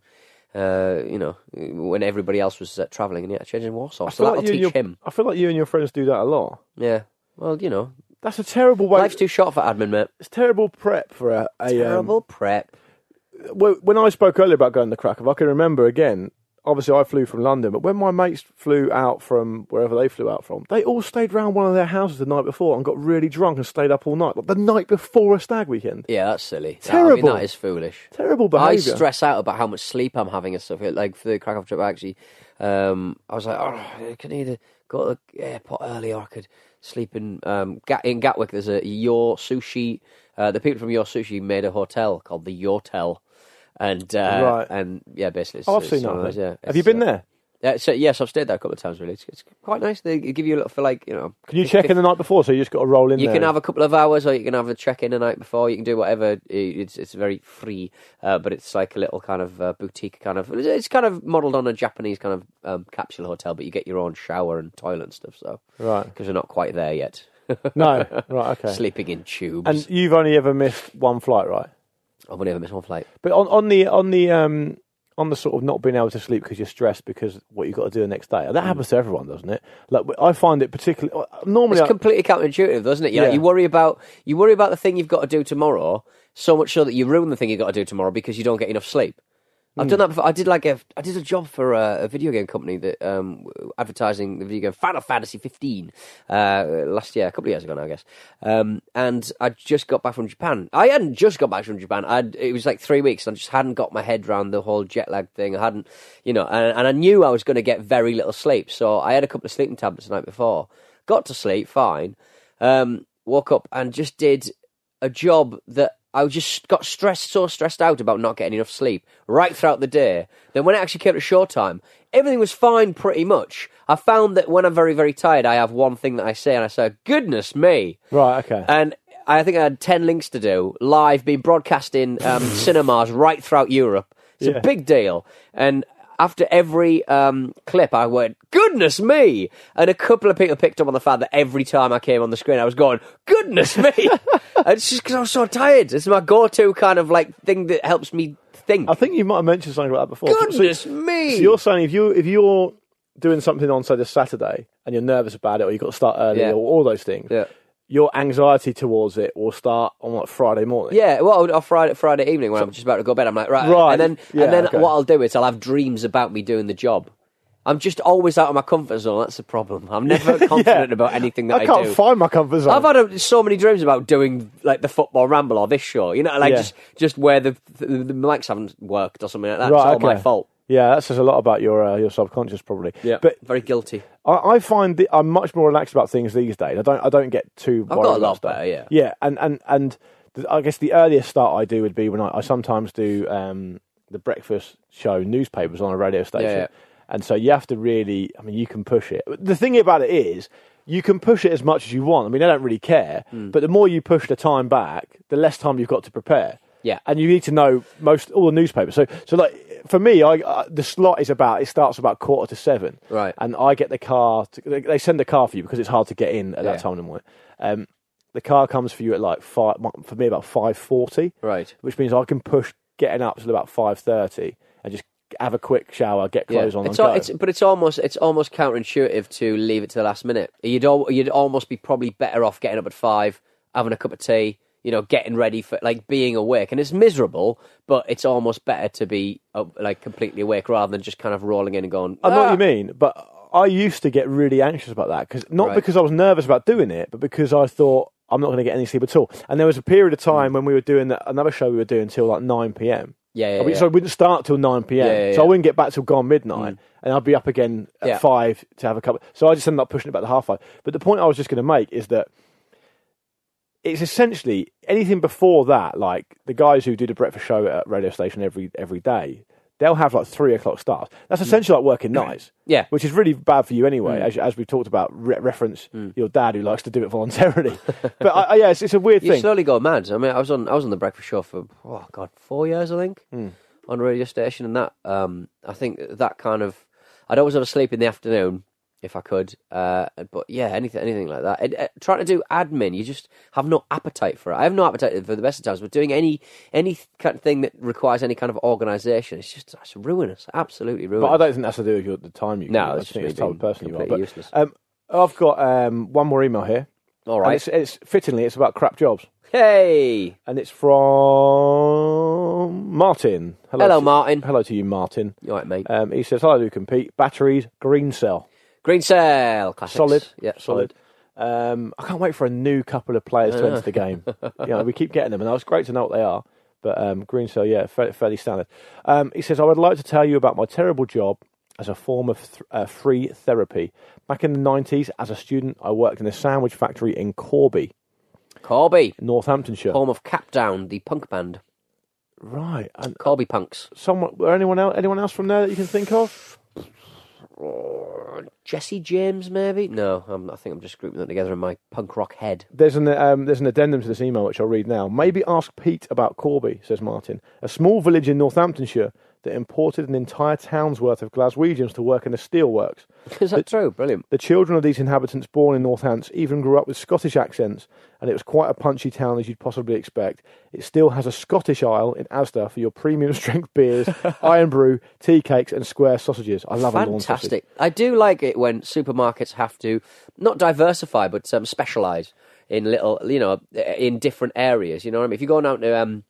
[SPEAKER 1] uh, you know, when everybody else was uh, travelling, and he had to change in Warsaw. So
[SPEAKER 2] feel like
[SPEAKER 1] that'll
[SPEAKER 2] you and
[SPEAKER 1] teach
[SPEAKER 2] your-
[SPEAKER 1] him.
[SPEAKER 2] I feel like you and your friends do that a lot.
[SPEAKER 1] Yeah. Well, you know,
[SPEAKER 2] That's a terrible way.
[SPEAKER 1] life's too short for admin, mate.
[SPEAKER 2] it's terrible prep for a. a um,
[SPEAKER 1] Terrible prep.
[SPEAKER 2] well, when I spoke earlier about going to Krakow, I can remember again. Obviously, I flew from London, but when my mates flew out from wherever they flew out from, they all stayed round one of their houses the night before and got really drunk and stayed up all night, like the night before a stag weekend.
[SPEAKER 1] Yeah, that's silly. That- I mean,
[SPEAKER 2] Terrible.
[SPEAKER 1] that is foolish.
[SPEAKER 2] Terrible
[SPEAKER 1] I
[SPEAKER 2] behaviour.
[SPEAKER 1] stress out about how much sleep I'm having and stuff. Like for the Krakow trip, I actually, um, I was like, oh, I can either go to the airport early or I could sleep in um, Gat- in Gatwick. There's a Your Sushi. Uh, the people from Your Sushi made a hotel called the Yotel, and uh,
[SPEAKER 2] Right.
[SPEAKER 1] and yeah, basically, it's,
[SPEAKER 2] Oh, I've
[SPEAKER 1] it's
[SPEAKER 2] seen
[SPEAKER 1] one
[SPEAKER 2] that.
[SPEAKER 1] of those, yeah.
[SPEAKER 2] Have
[SPEAKER 1] It's,
[SPEAKER 2] you been
[SPEAKER 1] uh,
[SPEAKER 2] there?
[SPEAKER 1] Yeah, so yes, I've stayed there a couple of times. Really, it's, it's quite nice. They give you a little for like you know.
[SPEAKER 2] Can you check in the night before? So you just got to roll in
[SPEAKER 1] You
[SPEAKER 2] there.
[SPEAKER 1] can have a couple of hours, or you can have a check in the night before. You can do whatever. I- It's it's very free, uh, but it's like a little kind of uh, boutique kind of. It's kind of modelled on a Japanese kind of um, capsule hotel, but you get your own shower and toilet and stuff. So
[SPEAKER 2] Right.
[SPEAKER 1] because we're not quite there yet.
[SPEAKER 2] no, right, okay.
[SPEAKER 1] Sleeping in tubes. Oh,
[SPEAKER 2] And you've only ever missed one flight, right?
[SPEAKER 1] I've only ever missed one flight.
[SPEAKER 2] But on, on the on the um on the sort of not being able to sleep because you're stressed because what you've got to do the next day.
[SPEAKER 1] Mm.
[SPEAKER 2] That happens to everyone, doesn't it? Like I find it particularly uh, normally.
[SPEAKER 1] It's
[SPEAKER 2] I-
[SPEAKER 1] completely counterintuitive, doesn't it? You,
[SPEAKER 2] Yeah.
[SPEAKER 1] you worry about you worry about the thing you've got to do tomorrow so much so that you ruin the thing you've got to do tomorrow because you don't get enough sleep. I've done that before. I did like a I did a job for a, a video game company that um, w- advertising the video game Final Fantasy 15 uh, last year, a couple of years ago now, I guess. Um, and I just got back from Japan. I hadn't just got back from Japan. I'd, it was like three weeks. And I just hadn't got my head round the whole jet lag thing. I hadn't, you know, and, and I knew I was going to get very little sleep. So I had a couple of sleeping tablets the night before. Got to sleep fine. Um, woke up and just did a job that I just got stressed, so stressed out about not getting enough sleep right throughout the day. Then when it actually came to showtime, everything was fine pretty much. I found that when I'm very, very tired, I have one thing that I say, and I say, "Goodness me!"
[SPEAKER 2] right, okay.
[SPEAKER 1] And I think I had ten links to do live, being broadcast in um, cinemas right throughout Europe. It's
[SPEAKER 2] Yeah.
[SPEAKER 1] a big deal, and after every um, clip, I went, "Goodness me!" And a couple of people picked up on the fact that every time I came on the screen, I was going, "Goodness me!" and it's just because I was so tired. It's my go-to kind of like thing that helps me think.
[SPEAKER 2] I think you might have mentioned something about that before. So-
[SPEAKER 1] Goodness
[SPEAKER 2] so,
[SPEAKER 1] me!
[SPEAKER 2] So you're saying if you if you're doing something on say this Saturday and you're nervous about it or you've got to start early
[SPEAKER 1] Yeah.
[SPEAKER 2] or all those things,
[SPEAKER 1] Yeah.
[SPEAKER 2] your anxiety towards it will start on like Friday morning.
[SPEAKER 1] Yeah, well, on Friday, Friday evening when I'm just about to go to bed, I'm like, right,
[SPEAKER 2] Right,
[SPEAKER 1] and then
[SPEAKER 2] yeah,
[SPEAKER 1] and then
[SPEAKER 2] okay.
[SPEAKER 1] what I'll do is I'll have dreams about me doing the job. I'm just always out of my comfort zone. That's the problem. I'm never confident about anything that I,
[SPEAKER 2] I can't
[SPEAKER 1] do.
[SPEAKER 2] find my comfort zone.
[SPEAKER 1] I've had a, so many dreams about doing like the football ramble or this show, you know, like
[SPEAKER 2] Yeah.
[SPEAKER 1] just just where the, the the mics haven't worked or something like that. it's
[SPEAKER 2] Right,
[SPEAKER 1] all my
[SPEAKER 2] okay.
[SPEAKER 1] fault.
[SPEAKER 2] yeah, that says a lot about your uh, your subconscious probably.
[SPEAKER 1] but
[SPEAKER 2] but
[SPEAKER 1] very guilty.
[SPEAKER 2] I, I find that I'm much more relaxed about things these days. I don't I don't get too.
[SPEAKER 1] got
[SPEAKER 2] worried
[SPEAKER 1] a
[SPEAKER 2] about
[SPEAKER 1] lot
[SPEAKER 2] stuff.
[SPEAKER 1] better, yeah.
[SPEAKER 2] yeah, and and and th- I guess the earliest start I do would be when I, I sometimes do um, the breakfast show newspapers on a radio
[SPEAKER 1] yeah.
[SPEAKER 2] station, and so you have to really. I mean, you can push it. The thing about it is. You can push it as much as you want. I mean, they don't really care.
[SPEAKER 1] Hmm.
[SPEAKER 2] But the more you push the time back, the less time you've got to prepare.
[SPEAKER 1] Yeah.
[SPEAKER 2] and you need to know most all the newspapers. So, so like for me, I uh, the slot is about it starts about quarter to seven.
[SPEAKER 1] Right.
[SPEAKER 2] And I get the car. To, they- they send the car for you because it's hard to get in at
[SPEAKER 1] Yeah.
[SPEAKER 2] that time in the morning. Um, the car comes for you at like five. For me, about five forty.
[SPEAKER 1] Right.
[SPEAKER 2] Which means I can push getting up till about five thirty and just have a quick shower, get clothes on,
[SPEAKER 1] It's,
[SPEAKER 2] and
[SPEAKER 1] al-
[SPEAKER 2] go.
[SPEAKER 1] it's- but it's almost it's almost counterintuitive to leave it to the last minute. You'd al- you'd almost be probably better off getting up at five, having a cup of tea, you know, getting ready for like being awake. And it's miserable, but it's almost better to be uh, like completely awake rather than just kind of rolling in and going.
[SPEAKER 2] I know what
[SPEAKER 1] "Ah."
[SPEAKER 2] you mean, but I used to get really anxious about that because not
[SPEAKER 1] Right.
[SPEAKER 2] because I was nervous about doing it, but because I thought I'm not going to get any sleep at all. And there was a period of time when we were doing that, another show we were doing till like nine p.m.
[SPEAKER 1] Mm. Yeah, yeah,
[SPEAKER 2] I mean,
[SPEAKER 1] yeah.
[SPEAKER 2] So I wouldn't start till nine p.m.
[SPEAKER 1] Yeah, yeah,
[SPEAKER 2] so I
[SPEAKER 1] yeah.
[SPEAKER 2] wouldn't get back till gone midnight, and I'd be up again at
[SPEAKER 1] Yeah.
[SPEAKER 2] five to have a cup. So I just ended up pushing it back to half five. But the point I was just going to make is that it's essentially anything before that, like the guys who do the breakfast show at radio station every every day, they'll have like three o'clock starts. That's essentially like working nights.
[SPEAKER 1] Mm. Yeah. Mm.
[SPEAKER 2] which is really bad for you anyway, as, as we've talked about. Re- reference your dad who likes to do it voluntarily, but I, I, yeah, it's, it's a weird
[SPEAKER 1] You
[SPEAKER 2] thing.
[SPEAKER 1] slowly go mad. I mean, I was on I was on the breakfast show for oh god, four years I think
[SPEAKER 2] Hmm.
[SPEAKER 1] on a radio station, and that um I think that kind of I'd always have a sleep in the afternoon if I could, uh, but yeah, anything anything like that. And, uh, trying to do admin, you just have no appetite for it. I have no appetite for the best of times, but doing any any kind of thing that requires any kind of organisation, it's just it's ruinous, absolutely ruinous.
[SPEAKER 2] But I don't think that's to do with your, the time you.
[SPEAKER 1] No,
[SPEAKER 2] I
[SPEAKER 1] it's
[SPEAKER 2] just think
[SPEAKER 1] just
[SPEAKER 2] it's the type
[SPEAKER 1] being
[SPEAKER 2] of person you are.
[SPEAKER 1] completely
[SPEAKER 2] But,
[SPEAKER 1] useless.
[SPEAKER 2] um, I've got um, one more email here.
[SPEAKER 1] All
[SPEAKER 2] And
[SPEAKER 1] right,
[SPEAKER 2] it's, it's fittingly, it's about crap jobs,
[SPEAKER 1] hey,
[SPEAKER 2] and it's from Martin.
[SPEAKER 1] Hello,
[SPEAKER 2] to-
[SPEAKER 1] Martin.
[SPEAKER 2] Hello to you, Martin.
[SPEAKER 1] you all right, mate?
[SPEAKER 2] Um, he says, "Hello, Luke and Pete. Batteries, green cell,
[SPEAKER 1] Green Cell, classics.
[SPEAKER 2] solid,
[SPEAKER 1] yeah,
[SPEAKER 2] solid." Um, I can't wait for a new couple of players
[SPEAKER 1] Uh.
[SPEAKER 2] to enter the game. you know, we keep getting them, and it's great to know what they are. But um, green cell, yeah, fairly, fairly standard. Um, he says, "I would like to tell you about my terrible job." As a form of th- uh, free therapy. Back in the 90s, as a student, I worked in a sandwich factory in Corby,
[SPEAKER 1] Corby,
[SPEAKER 2] Northamptonshire.
[SPEAKER 1] home of Capdown, the punk band.
[SPEAKER 2] Right. And
[SPEAKER 1] Corby punks.
[SPEAKER 2] someone, or anyone else, anyone else from there that you can think of?
[SPEAKER 1] Jesse James, maybe? No, I'm, I think I'm just grouping them together in my punk rock head.
[SPEAKER 2] There's an um, there's an addendum to this email which I'll read now. Maybe ask Pete about Corby, says Martin, a small village in Northamptonshire that imported an entire town's worth of Glaswegians to work in the steelworks.
[SPEAKER 1] Is that true? Brilliant.
[SPEAKER 2] The children of these inhabitants born in Northants even grew up with Scottish accents, and it was quite a punchy town as you'd possibly expect. It still has a Scottish aisle in Asda for your premium strength beers, iron brew, tea cakes, and square sausages. I love a lawn sausage.
[SPEAKER 1] Fantastic. I do like it when supermarkets have to not diversify, but um, specialize in little, you know, in different areas. You know what I mean? If you're going out to um,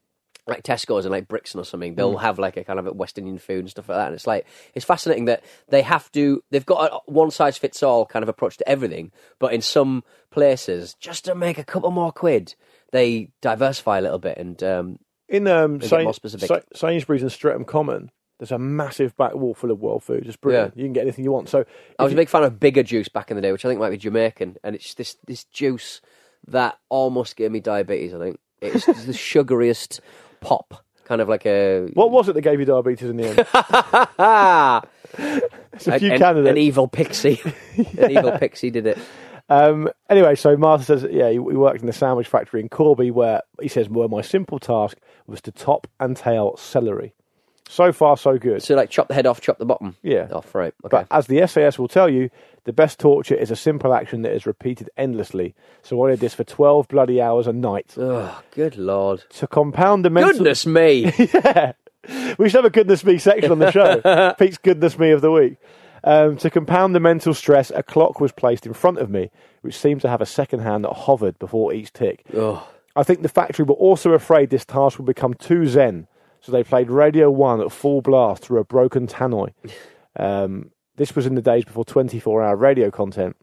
[SPEAKER 1] like Tesco's and like Brixton or something, they'll
[SPEAKER 2] Hmm.
[SPEAKER 1] have like a kind of a West Indian food and stuff like that. And it's like it's fascinating that they have to. They've got a one size fits all kind of approach to everything, but in some places, just to make a couple more quid, they diversify a little bit and. Um,
[SPEAKER 2] In um,
[SPEAKER 1] They get
[SPEAKER 2] Sain-
[SPEAKER 1] more specific.
[SPEAKER 2] Sa- Sainsbury's and Streatham Common, there's a massive back wall full of world food. It's brilliant.
[SPEAKER 1] Yeah.
[SPEAKER 2] You can get anything you want. So
[SPEAKER 1] I was a
[SPEAKER 2] if you-
[SPEAKER 1] big fan of bigger juice back in the day, which I think might be Jamaican, and it's this this juice that almost gave me diabetes. I think it's the sugariest pop, kind of like a
[SPEAKER 2] what was it that gave you diabetes in the end?
[SPEAKER 1] ah,
[SPEAKER 2] It's a few
[SPEAKER 1] an,
[SPEAKER 2] candidates.
[SPEAKER 1] an evil pixie, an evil pixie did it.
[SPEAKER 2] Um, anyway, so Martha says, yeah, he, he worked in the sandwich factory in Corby, where he says, where my simple task was to top and tail celery. So far, so good.
[SPEAKER 1] So like chop the head off, chop the bottom.
[SPEAKER 2] Yeah.
[SPEAKER 1] Off right. Okay.
[SPEAKER 2] But as the SAS will tell you, the best torture is a simple action that is repeated endlessly. So I did this for 12 bloody hours a night.
[SPEAKER 1] oh, good lord.
[SPEAKER 2] To compound the uh, mental.
[SPEAKER 1] Goodness me.
[SPEAKER 2] We should have a goodness me section on the show. Pete's goodness me of the week. Um, to compound the mental stress, a clock was placed in front of me, which seemed to have a second hand that hovered before each tick. I think the factory were also afraid this task would become too zen, so they played Radio 1 at full blast through a broken tannoy. Um, this was in the days before 24 hour radio content.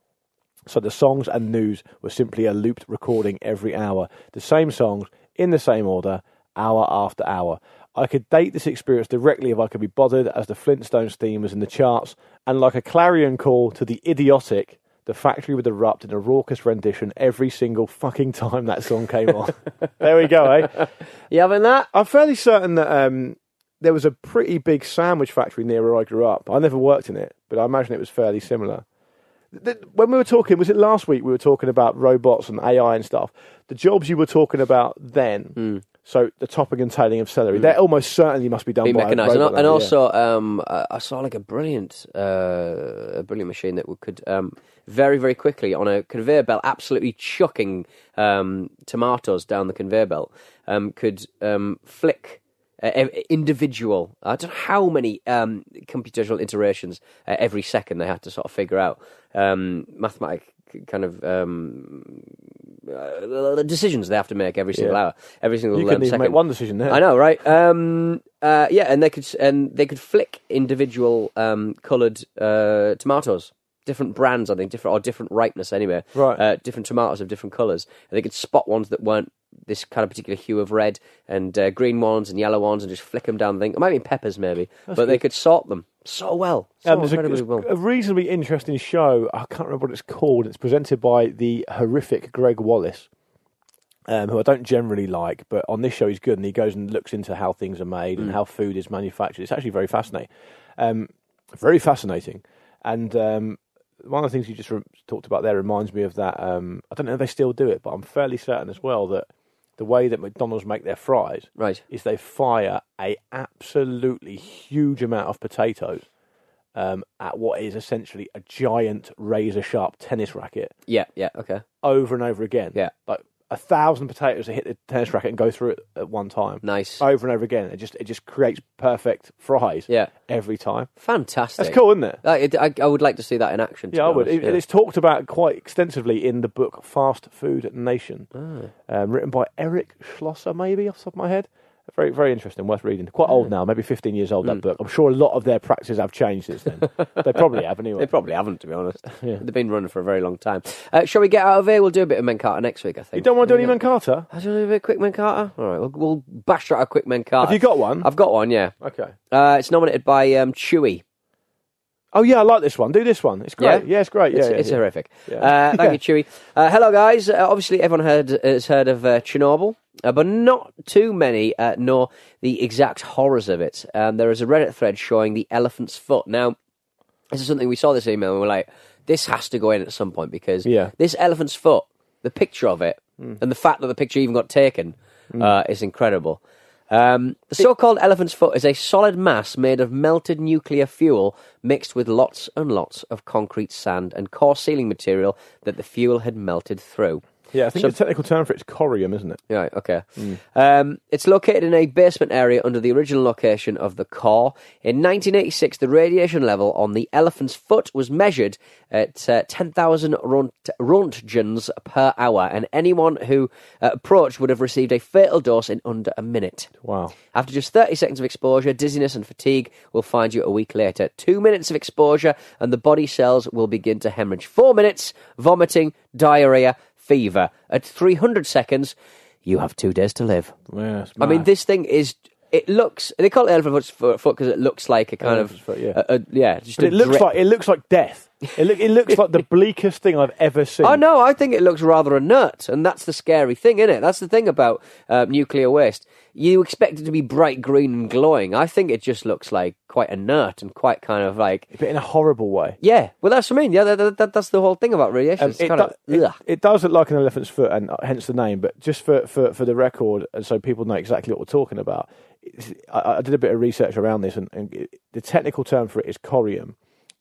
[SPEAKER 2] So the songs and news were simply a looped recording every hour. The same songs in the same order, hour after hour. I could date this experience directly if I could be bothered, as the Flintstones theme was in the charts, and like a clarion call to the idiotic, the factory would erupt in a raucous rendition every single fucking time that song came on. there we go, eh?
[SPEAKER 1] you having that?
[SPEAKER 2] I'm fairly certain that um, there was a pretty big sandwich factory near where I grew up. I never worked in it, but I imagine it was fairly similar. Th- th- When we were talking, was it last week we were talking about robots and AI and stuff? The jobs you were talking about then,
[SPEAKER 1] Hmm.
[SPEAKER 2] so the topping and tailing of celery, they almost certainly must be done
[SPEAKER 1] Be
[SPEAKER 2] by
[SPEAKER 1] mechanised,
[SPEAKER 2] a
[SPEAKER 1] and,
[SPEAKER 2] robot.
[SPEAKER 1] and
[SPEAKER 2] now,
[SPEAKER 1] also um, I I saw like a brilliant, uh, a brilliant machine that we could um, very, very quickly on a conveyor belt, absolutely chucking um, tomatoes down the conveyor belt, um, could um, flick. Uh, ev- individual. I don't know how many um, computational iterations uh, every second they had to sort of figure out. Um, mathematic kind of um, uh, decisions they have to make every single
[SPEAKER 2] Yeah.
[SPEAKER 1] hour, every single
[SPEAKER 2] You
[SPEAKER 1] um,
[SPEAKER 2] couldn't even
[SPEAKER 1] second.
[SPEAKER 2] make one decision there.
[SPEAKER 1] I know, right? Um, uh, yeah, and they could and they could flick individual um, coloured uh, tomatoes, different brands, I think, different or different ripeness, anyway.
[SPEAKER 2] Right.
[SPEAKER 1] Uh, different tomatoes of different colours, and they could spot ones that weren't this kind of particular hue of red and uh, green ones and yellow ones, and just flick them down. The thing, it might be peppers, maybe, but they could sort them so well, so
[SPEAKER 2] Um, there's a,
[SPEAKER 1] incredibly
[SPEAKER 2] there's
[SPEAKER 1] well.
[SPEAKER 2] a reasonably interesting show. I can't remember what it's called. It's presented by the horrific Greg Wallace, um, who I don't generally like, but on this show he's good, and he goes and looks into how things are made
[SPEAKER 1] Mm.
[SPEAKER 2] and how food is manufactured. It's actually very fascinating, um, very fascinating. And um, one of the things you just re- talked about there reminds me of that. Um, I don't know if they still do it, but I'm fairly certain as well that the way that McDonald's make their fries
[SPEAKER 1] Right.
[SPEAKER 2] is they fire a absolutely huge amount of potatoes um, at what is essentially a giant razor sharp tennis racket
[SPEAKER 1] Yeah. Yeah. Okay.
[SPEAKER 2] over and over again.
[SPEAKER 1] Yeah.
[SPEAKER 2] like a thousand potatoes that hit the tennis racket and go through it at one time.
[SPEAKER 1] Nice.
[SPEAKER 2] Over and over again, it just it just creates perfect fries.
[SPEAKER 1] Yeah.
[SPEAKER 2] every time.
[SPEAKER 1] Fantastic.
[SPEAKER 2] That's cool, isn't it?
[SPEAKER 1] I, it- I, I would like to see that in action. to
[SPEAKER 2] Yeah,
[SPEAKER 1] be
[SPEAKER 2] I would.
[SPEAKER 1] honest,
[SPEAKER 2] It- It's talked about quite extensively in the book Fast Food Nation,
[SPEAKER 1] Ah.
[SPEAKER 2] um, written by Eric Schlosser, maybe off the top of my head. Very, very interesting, worth reading. Quite old now, maybe 15 years old,
[SPEAKER 1] Mm.
[SPEAKER 2] that book. I'm sure a lot of their practices have changed since then. they probably have, anyway.
[SPEAKER 1] They probably haven't, to be honest. They've been running for a very long time. Uh, shall we get out of here? We'll do a bit of Menkata next week, I think.
[SPEAKER 2] you don't want to do any Mankata?
[SPEAKER 1] I don't know, a bit of quick Menkata? All right, we'll, we'll bash out a quick Menkata.
[SPEAKER 2] Have you got one?
[SPEAKER 1] I've got one, yeah.
[SPEAKER 2] Okay.
[SPEAKER 1] Uh, it's nominated by um, Chewy.
[SPEAKER 2] Oh, yeah, I like this one. Do this one. It's great. Yeah, it's great. Yeah,
[SPEAKER 1] it's,
[SPEAKER 2] yeah,
[SPEAKER 1] it's
[SPEAKER 2] yeah.
[SPEAKER 1] horrific.
[SPEAKER 2] Yeah.
[SPEAKER 1] Uh, thank you, Chewy. Uh, hello, guys. Uh, obviously, everyone heard has heard of uh, Chernobyl, uh, but not too many uh, know the exact horrors of it. Um, there is a Reddit thread showing the elephant's foot. Now, this is something we saw this email and we're like, this has to go in at some point because
[SPEAKER 2] Yeah. Hmm.
[SPEAKER 1] this elephant's foot, the picture of it, and the fact that the picture even got taken uh, is incredible. Um, the so-called elephant's foot is a solid mass made of melted nuclear fuel mixed with lots and lots of concrete sand and coarse sealing material that the fuel had melted through.
[SPEAKER 2] Yeah, I think the technical term for it's corium, isn't it?
[SPEAKER 1] Right, okay. Um, it's located in a basement area under the original location of the core. In 1986, the radiation level on the elephant's foot was measured at uh, 10,000 runt- rontgens per hour, and anyone who uh, approached would have received a fatal dose in under a minute.
[SPEAKER 2] Wow.
[SPEAKER 1] After just 30 seconds of exposure, dizziness and fatigue will find you a week later. Two minutes of exposure, and the body cells will begin to hemorrhage. Four minutes, vomiting, diarrhea, fever. At 300 seconds, you have two days to live.
[SPEAKER 2] Yeah, it's
[SPEAKER 1] I mean,
[SPEAKER 2] mad.
[SPEAKER 1] this thing is. It looks. They call it elephant foot because it looks like a kind of.
[SPEAKER 2] Elephant's foot, yeah.
[SPEAKER 1] a- a- yeah, just
[SPEAKER 2] But
[SPEAKER 1] a
[SPEAKER 2] it looks
[SPEAKER 1] drip.
[SPEAKER 2] like it looks like death. It, look, it looks like the bleakest thing I've ever seen.
[SPEAKER 1] I know. I think it looks rather inert, and that's the scary thing, isn't it? That's the thing about uh, nuclear waste. You expect it to be bright green and glowing. I think it just looks like quite inert and quite kind of like
[SPEAKER 2] but in a horrible way.
[SPEAKER 1] yeah. Well, that's what I mean. Yeah, that, that, that- that's the whole thing about radiation.
[SPEAKER 2] Um,
[SPEAKER 1] it's
[SPEAKER 2] it,
[SPEAKER 1] kind of
[SPEAKER 2] do- it-
[SPEAKER 1] ugh.
[SPEAKER 2] it does look like an elephant's foot, and uh, hence the name. But just for, for, for the record, and so people know exactly what we're talking about, it's- I, I did a bit of research around this, and, and it- the technical term for it is corium,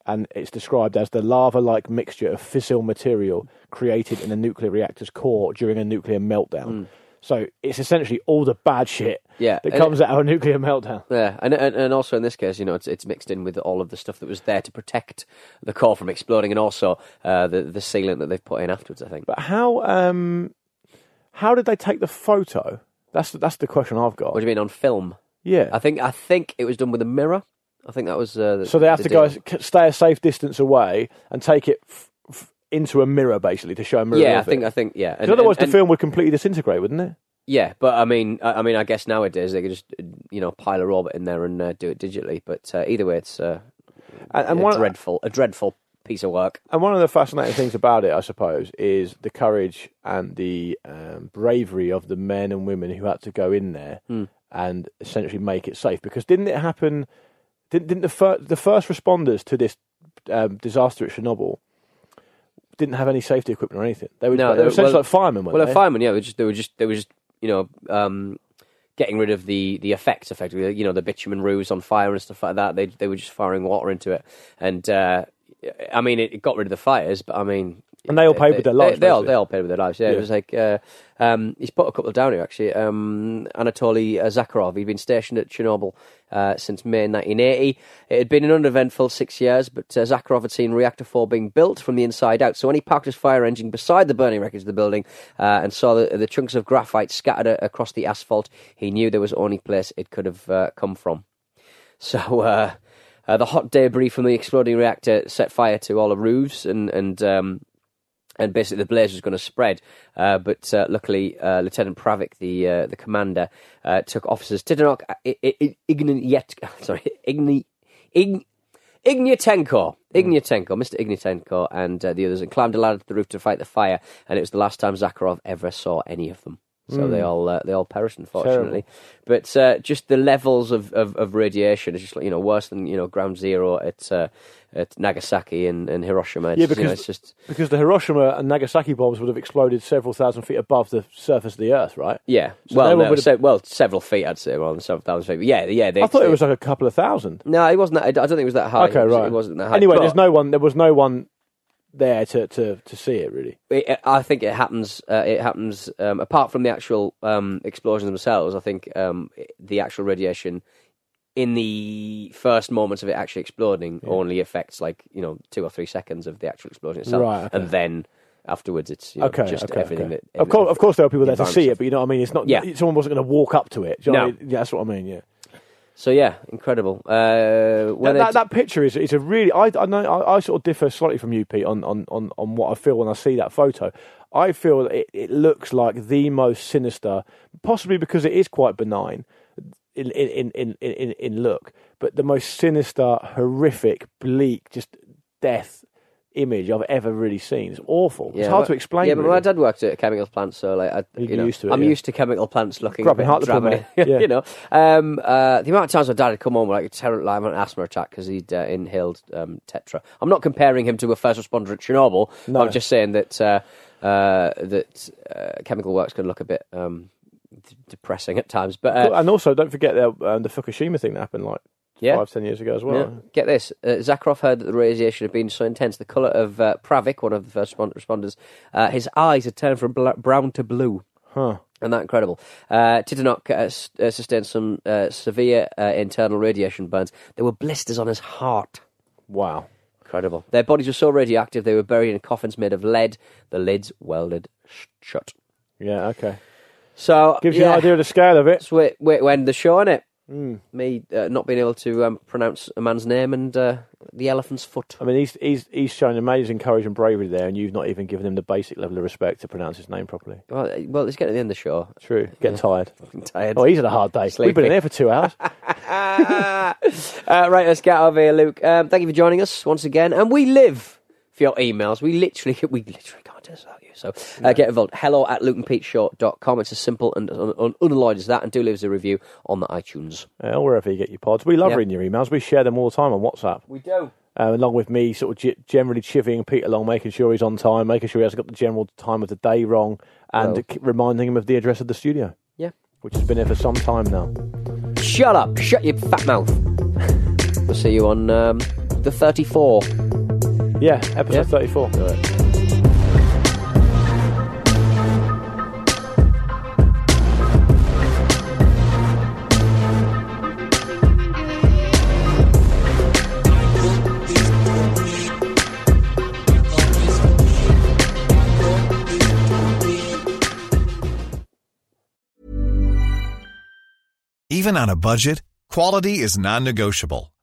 [SPEAKER 2] and it's described as the lava-like mixture of fissile material created in a nuclear reactor's core during a nuclear meltdown. So it's essentially all the bad shit
[SPEAKER 1] Hmm. Yeah,
[SPEAKER 2] that
[SPEAKER 1] and-
[SPEAKER 2] comes out of a nuclear meltdown.
[SPEAKER 1] Yeah, and, and and also in this case, you know, it's it's mixed in with all of the stuff that was there to protect the core from exploding, and also uh, the the sealant that they've put in afterwards. I think.
[SPEAKER 2] But how um, how did they take the photo? That's that's the question I've got.
[SPEAKER 1] What do you mean on film?
[SPEAKER 2] yeah,
[SPEAKER 1] I think I think it was done with a mirror. I think that was. Uh, the-
[SPEAKER 2] so they have
[SPEAKER 1] the
[SPEAKER 2] to go
[SPEAKER 1] deal.
[SPEAKER 2] c- stay a safe distance away and take it f- f- into a mirror, basically, to show a mirror.
[SPEAKER 1] Yeah, I
[SPEAKER 2] of it.
[SPEAKER 1] think I think yeah. And-
[SPEAKER 2] Because otherwise,
[SPEAKER 1] and- and-
[SPEAKER 2] the film would completely disintegrate, wouldn't it?
[SPEAKER 1] Yeah, but I mean, I, I mean, I guess nowadays they could just uh, you know pile a robot in there and uh, do it digitally. But uh, either way, it's uh,
[SPEAKER 2] And, and
[SPEAKER 1] a
[SPEAKER 2] one,
[SPEAKER 1] dreadful, a dreadful piece of work.
[SPEAKER 2] and one of the fascinating things about it, I suppose, is the courage and the um, bravery of the men and women who had to go in there
[SPEAKER 1] Hmm.
[SPEAKER 2] and essentially make it safe. Because didn't it happen? Didn't, didn't the, fir- the first responders to this um, disaster at Chernobyl didn't have any safety equipment or anything? They were,
[SPEAKER 1] No,
[SPEAKER 2] they were
[SPEAKER 1] they-
[SPEAKER 2] uh, essentially
[SPEAKER 1] well-
[SPEAKER 2] like firemen, weren't
[SPEAKER 1] Well,
[SPEAKER 2] they?
[SPEAKER 1] a fireman, yeah, they were just they were just they were just you know um, getting rid of the the effects effectively. You know, the bitumen roofs on fire and stuff like that. They they were just firing water into it, and uh, I mean, it, it got rid of the fires. But I mean,
[SPEAKER 2] And they all paid with their lives,
[SPEAKER 1] They, all
[SPEAKER 2] basically.
[SPEAKER 1] they all paid with their lives. Yeah,
[SPEAKER 2] Yeah.
[SPEAKER 1] it was like uh, um, he's put a couple down here actually. Um, Anatoly uh, Zakharov. He'd been stationed at Chernobyl uh, since May 1980. It had been an uneventful six years, but uh, Zakharov had seen Reactor 4 being built from the inside out. So when he parked his fire engine beside the burning wreckage of the building uh, and saw the, the chunks of graphite scattered a- across the asphalt, he knew there was only place it could have uh, come from. So uh, uh, the hot debris from the exploding reactor set fire to all the roofs and and um, and basically the blaze was going to spread. Uh, but uh, luckily, uh, Lieutenant Pravik, the uh, the commander, uh, took officers Titanok uh, I- I- I- Igni yet sorry Igni Ign. Ignyatenko,
[SPEAKER 2] Hmm.
[SPEAKER 1] Ignyatenko, Mr. Ignyatenko, and uh, the others, and climbed a ladder to the roof to fight the fire. And it was the last time Zakharov ever saw any of them. So they
[SPEAKER 2] Hmm.
[SPEAKER 1] all uh, they all perished, unfortunately. But uh, just the levels of, of, of radiation is just like you know worse than you know ground zero at uh, at Nagasaki and, and Hiroshima. It's,
[SPEAKER 2] Yeah,
[SPEAKER 1] you know,
[SPEAKER 2] because-
[SPEAKER 1] it's just
[SPEAKER 2] Because the Hiroshima and Nagasaki bombs would have exploded several thousand feet above the surface of the Earth, right?
[SPEAKER 1] Yeah.
[SPEAKER 2] So they
[SPEAKER 1] well,
[SPEAKER 2] were
[SPEAKER 1] no,
[SPEAKER 2] with a-
[SPEAKER 1] se- well, several feet, I'd say, rather than several thousand feet. But yeah, yeah. They,
[SPEAKER 2] I thought
[SPEAKER 1] they-
[SPEAKER 2] it was like a couple of thousand.
[SPEAKER 1] No, it wasn't. That, I don't think it was that high.
[SPEAKER 2] okay,
[SPEAKER 1] it was,
[SPEAKER 2] right.
[SPEAKER 1] It wasn't that high.
[SPEAKER 2] Anyway,
[SPEAKER 1] But
[SPEAKER 2] there's no one. There was no one there to, to, to see it really.
[SPEAKER 1] it- I think it happens. Uh, it happens. Um, apart from the actual um, explosions themselves, I think um, it- the actual radiation in the first moments of it actually exploding only affects like you know two or three seconds of the actual explosion itself,
[SPEAKER 2] Right, okay.
[SPEAKER 1] and then afterwards it's you know,
[SPEAKER 2] okay,
[SPEAKER 1] just
[SPEAKER 2] okay,
[SPEAKER 1] everything
[SPEAKER 2] okay.
[SPEAKER 1] that.
[SPEAKER 2] of course, of course, there were people there to see it,
[SPEAKER 1] environment.
[SPEAKER 2] but you know what I mean. It's not.
[SPEAKER 1] Yeah.
[SPEAKER 2] someone wasn't going to walk up to it. Do you know
[SPEAKER 1] No.
[SPEAKER 2] what I mean? Yeah, that's what I mean. Yeah.
[SPEAKER 1] So yeah, incredible. Uh,
[SPEAKER 2] That,
[SPEAKER 1] when
[SPEAKER 2] that,
[SPEAKER 1] they-
[SPEAKER 2] that picture is is a really. I I know I, I sort of differ slightly from you, Pete, on, on, on, on what I feel when I see that photo. I feel that it, it looks like the most sinister, possibly because it is quite benign in in, in, in, in in look, but the most sinister, horrific, bleak, just death image I've ever really seen. It's awful. it's hard
[SPEAKER 1] but-
[SPEAKER 2] to explain.
[SPEAKER 1] Yeah, but my
[SPEAKER 2] really.
[SPEAKER 1] dad worked at a chemical plant, so like I,
[SPEAKER 2] You'd
[SPEAKER 1] you
[SPEAKER 2] be
[SPEAKER 1] know,
[SPEAKER 2] used to it,
[SPEAKER 1] I'm
[SPEAKER 2] yeah.
[SPEAKER 1] used to chemical plants looking
[SPEAKER 2] Grabbing
[SPEAKER 1] a
[SPEAKER 2] heart
[SPEAKER 1] bit
[SPEAKER 2] to put
[SPEAKER 1] drab-
[SPEAKER 2] in. Yeah.
[SPEAKER 1] you know, um, uh, the amount of times my dad had come home with like a terror, like an asthma attack because he'd uh, inhaled um, tetra. I'm not comparing him to a first responder at Chernobyl.
[SPEAKER 2] No.
[SPEAKER 1] I'm just saying that uh, uh, that uh, chemical works can look a bit um, d- depressing at times. But uh,
[SPEAKER 2] Cool, and also, don't forget the, um, the Fukushima thing that happened like
[SPEAKER 1] yeah,
[SPEAKER 2] five, ten years ago as well.
[SPEAKER 1] yeah. Get this. Uh, Zakharov heard that the radiation had been so intense, the colour of uh, Pravik, one of the first respond- responders, uh, his eyes had turned from bla- brown to blue.
[SPEAKER 2] Huh.
[SPEAKER 1] And that incredible. Uh, Titanok uh, s- uh, sustained some uh, severe uh, internal radiation burns. There were blisters on his heart.
[SPEAKER 2] Wow.
[SPEAKER 1] Incredible. Their bodies were so radioactive they were buried in coffins made of lead. The lids welded sh- shut.
[SPEAKER 2] Yeah. Okay.
[SPEAKER 1] So
[SPEAKER 2] Gives you
[SPEAKER 1] yeah.
[SPEAKER 2] an idea Hmm. of the scale of it.
[SPEAKER 1] That's where, where, when the show in it. Me uh, not being able to um, pronounce a man's name and uh, the elephant's foot.
[SPEAKER 2] I mean, he's he's he's shown amazing courage and bravery there, and you've not even given him the basic level of respect to pronounce his name properly.
[SPEAKER 1] Well, uh, well, it's getting the end of the show.
[SPEAKER 2] True. Get tired.
[SPEAKER 1] I'm tired.
[SPEAKER 2] Oh, he's had a hard day. We've been
[SPEAKER 1] Sleepy.
[SPEAKER 2] in here for two hours.
[SPEAKER 1] uh, right, let's get out of here, Luke. Um, thank you for joining us once again, and we live for your emails. We literally, we literally can't do this without you. So uh, get involved. Hello at lukeandpeteshow.com. It's as simple and un- un- unalloyed as that, and do leave us a review on the iTunes.
[SPEAKER 2] uh, wherever you get your pods, we love
[SPEAKER 1] Yeah.
[SPEAKER 2] reading your emails. We share them all the time on WhatsApp.
[SPEAKER 1] We do.
[SPEAKER 2] Um, along with me, sort of g- generally chivvying Pete along, making sure he's on time, making sure he hasn't got the general time of the day wrong, and
[SPEAKER 1] Well.
[SPEAKER 2] keep reminding him of the address of the studio,
[SPEAKER 1] Yeah.
[SPEAKER 2] which has been here for some time now.
[SPEAKER 1] Shut up. Shut your fat mouth. we'll see you on um, the 34.
[SPEAKER 2] Yeah, episode
[SPEAKER 1] Yeah.
[SPEAKER 2] 34.
[SPEAKER 7] Even on a budget, quality is non-negotiable.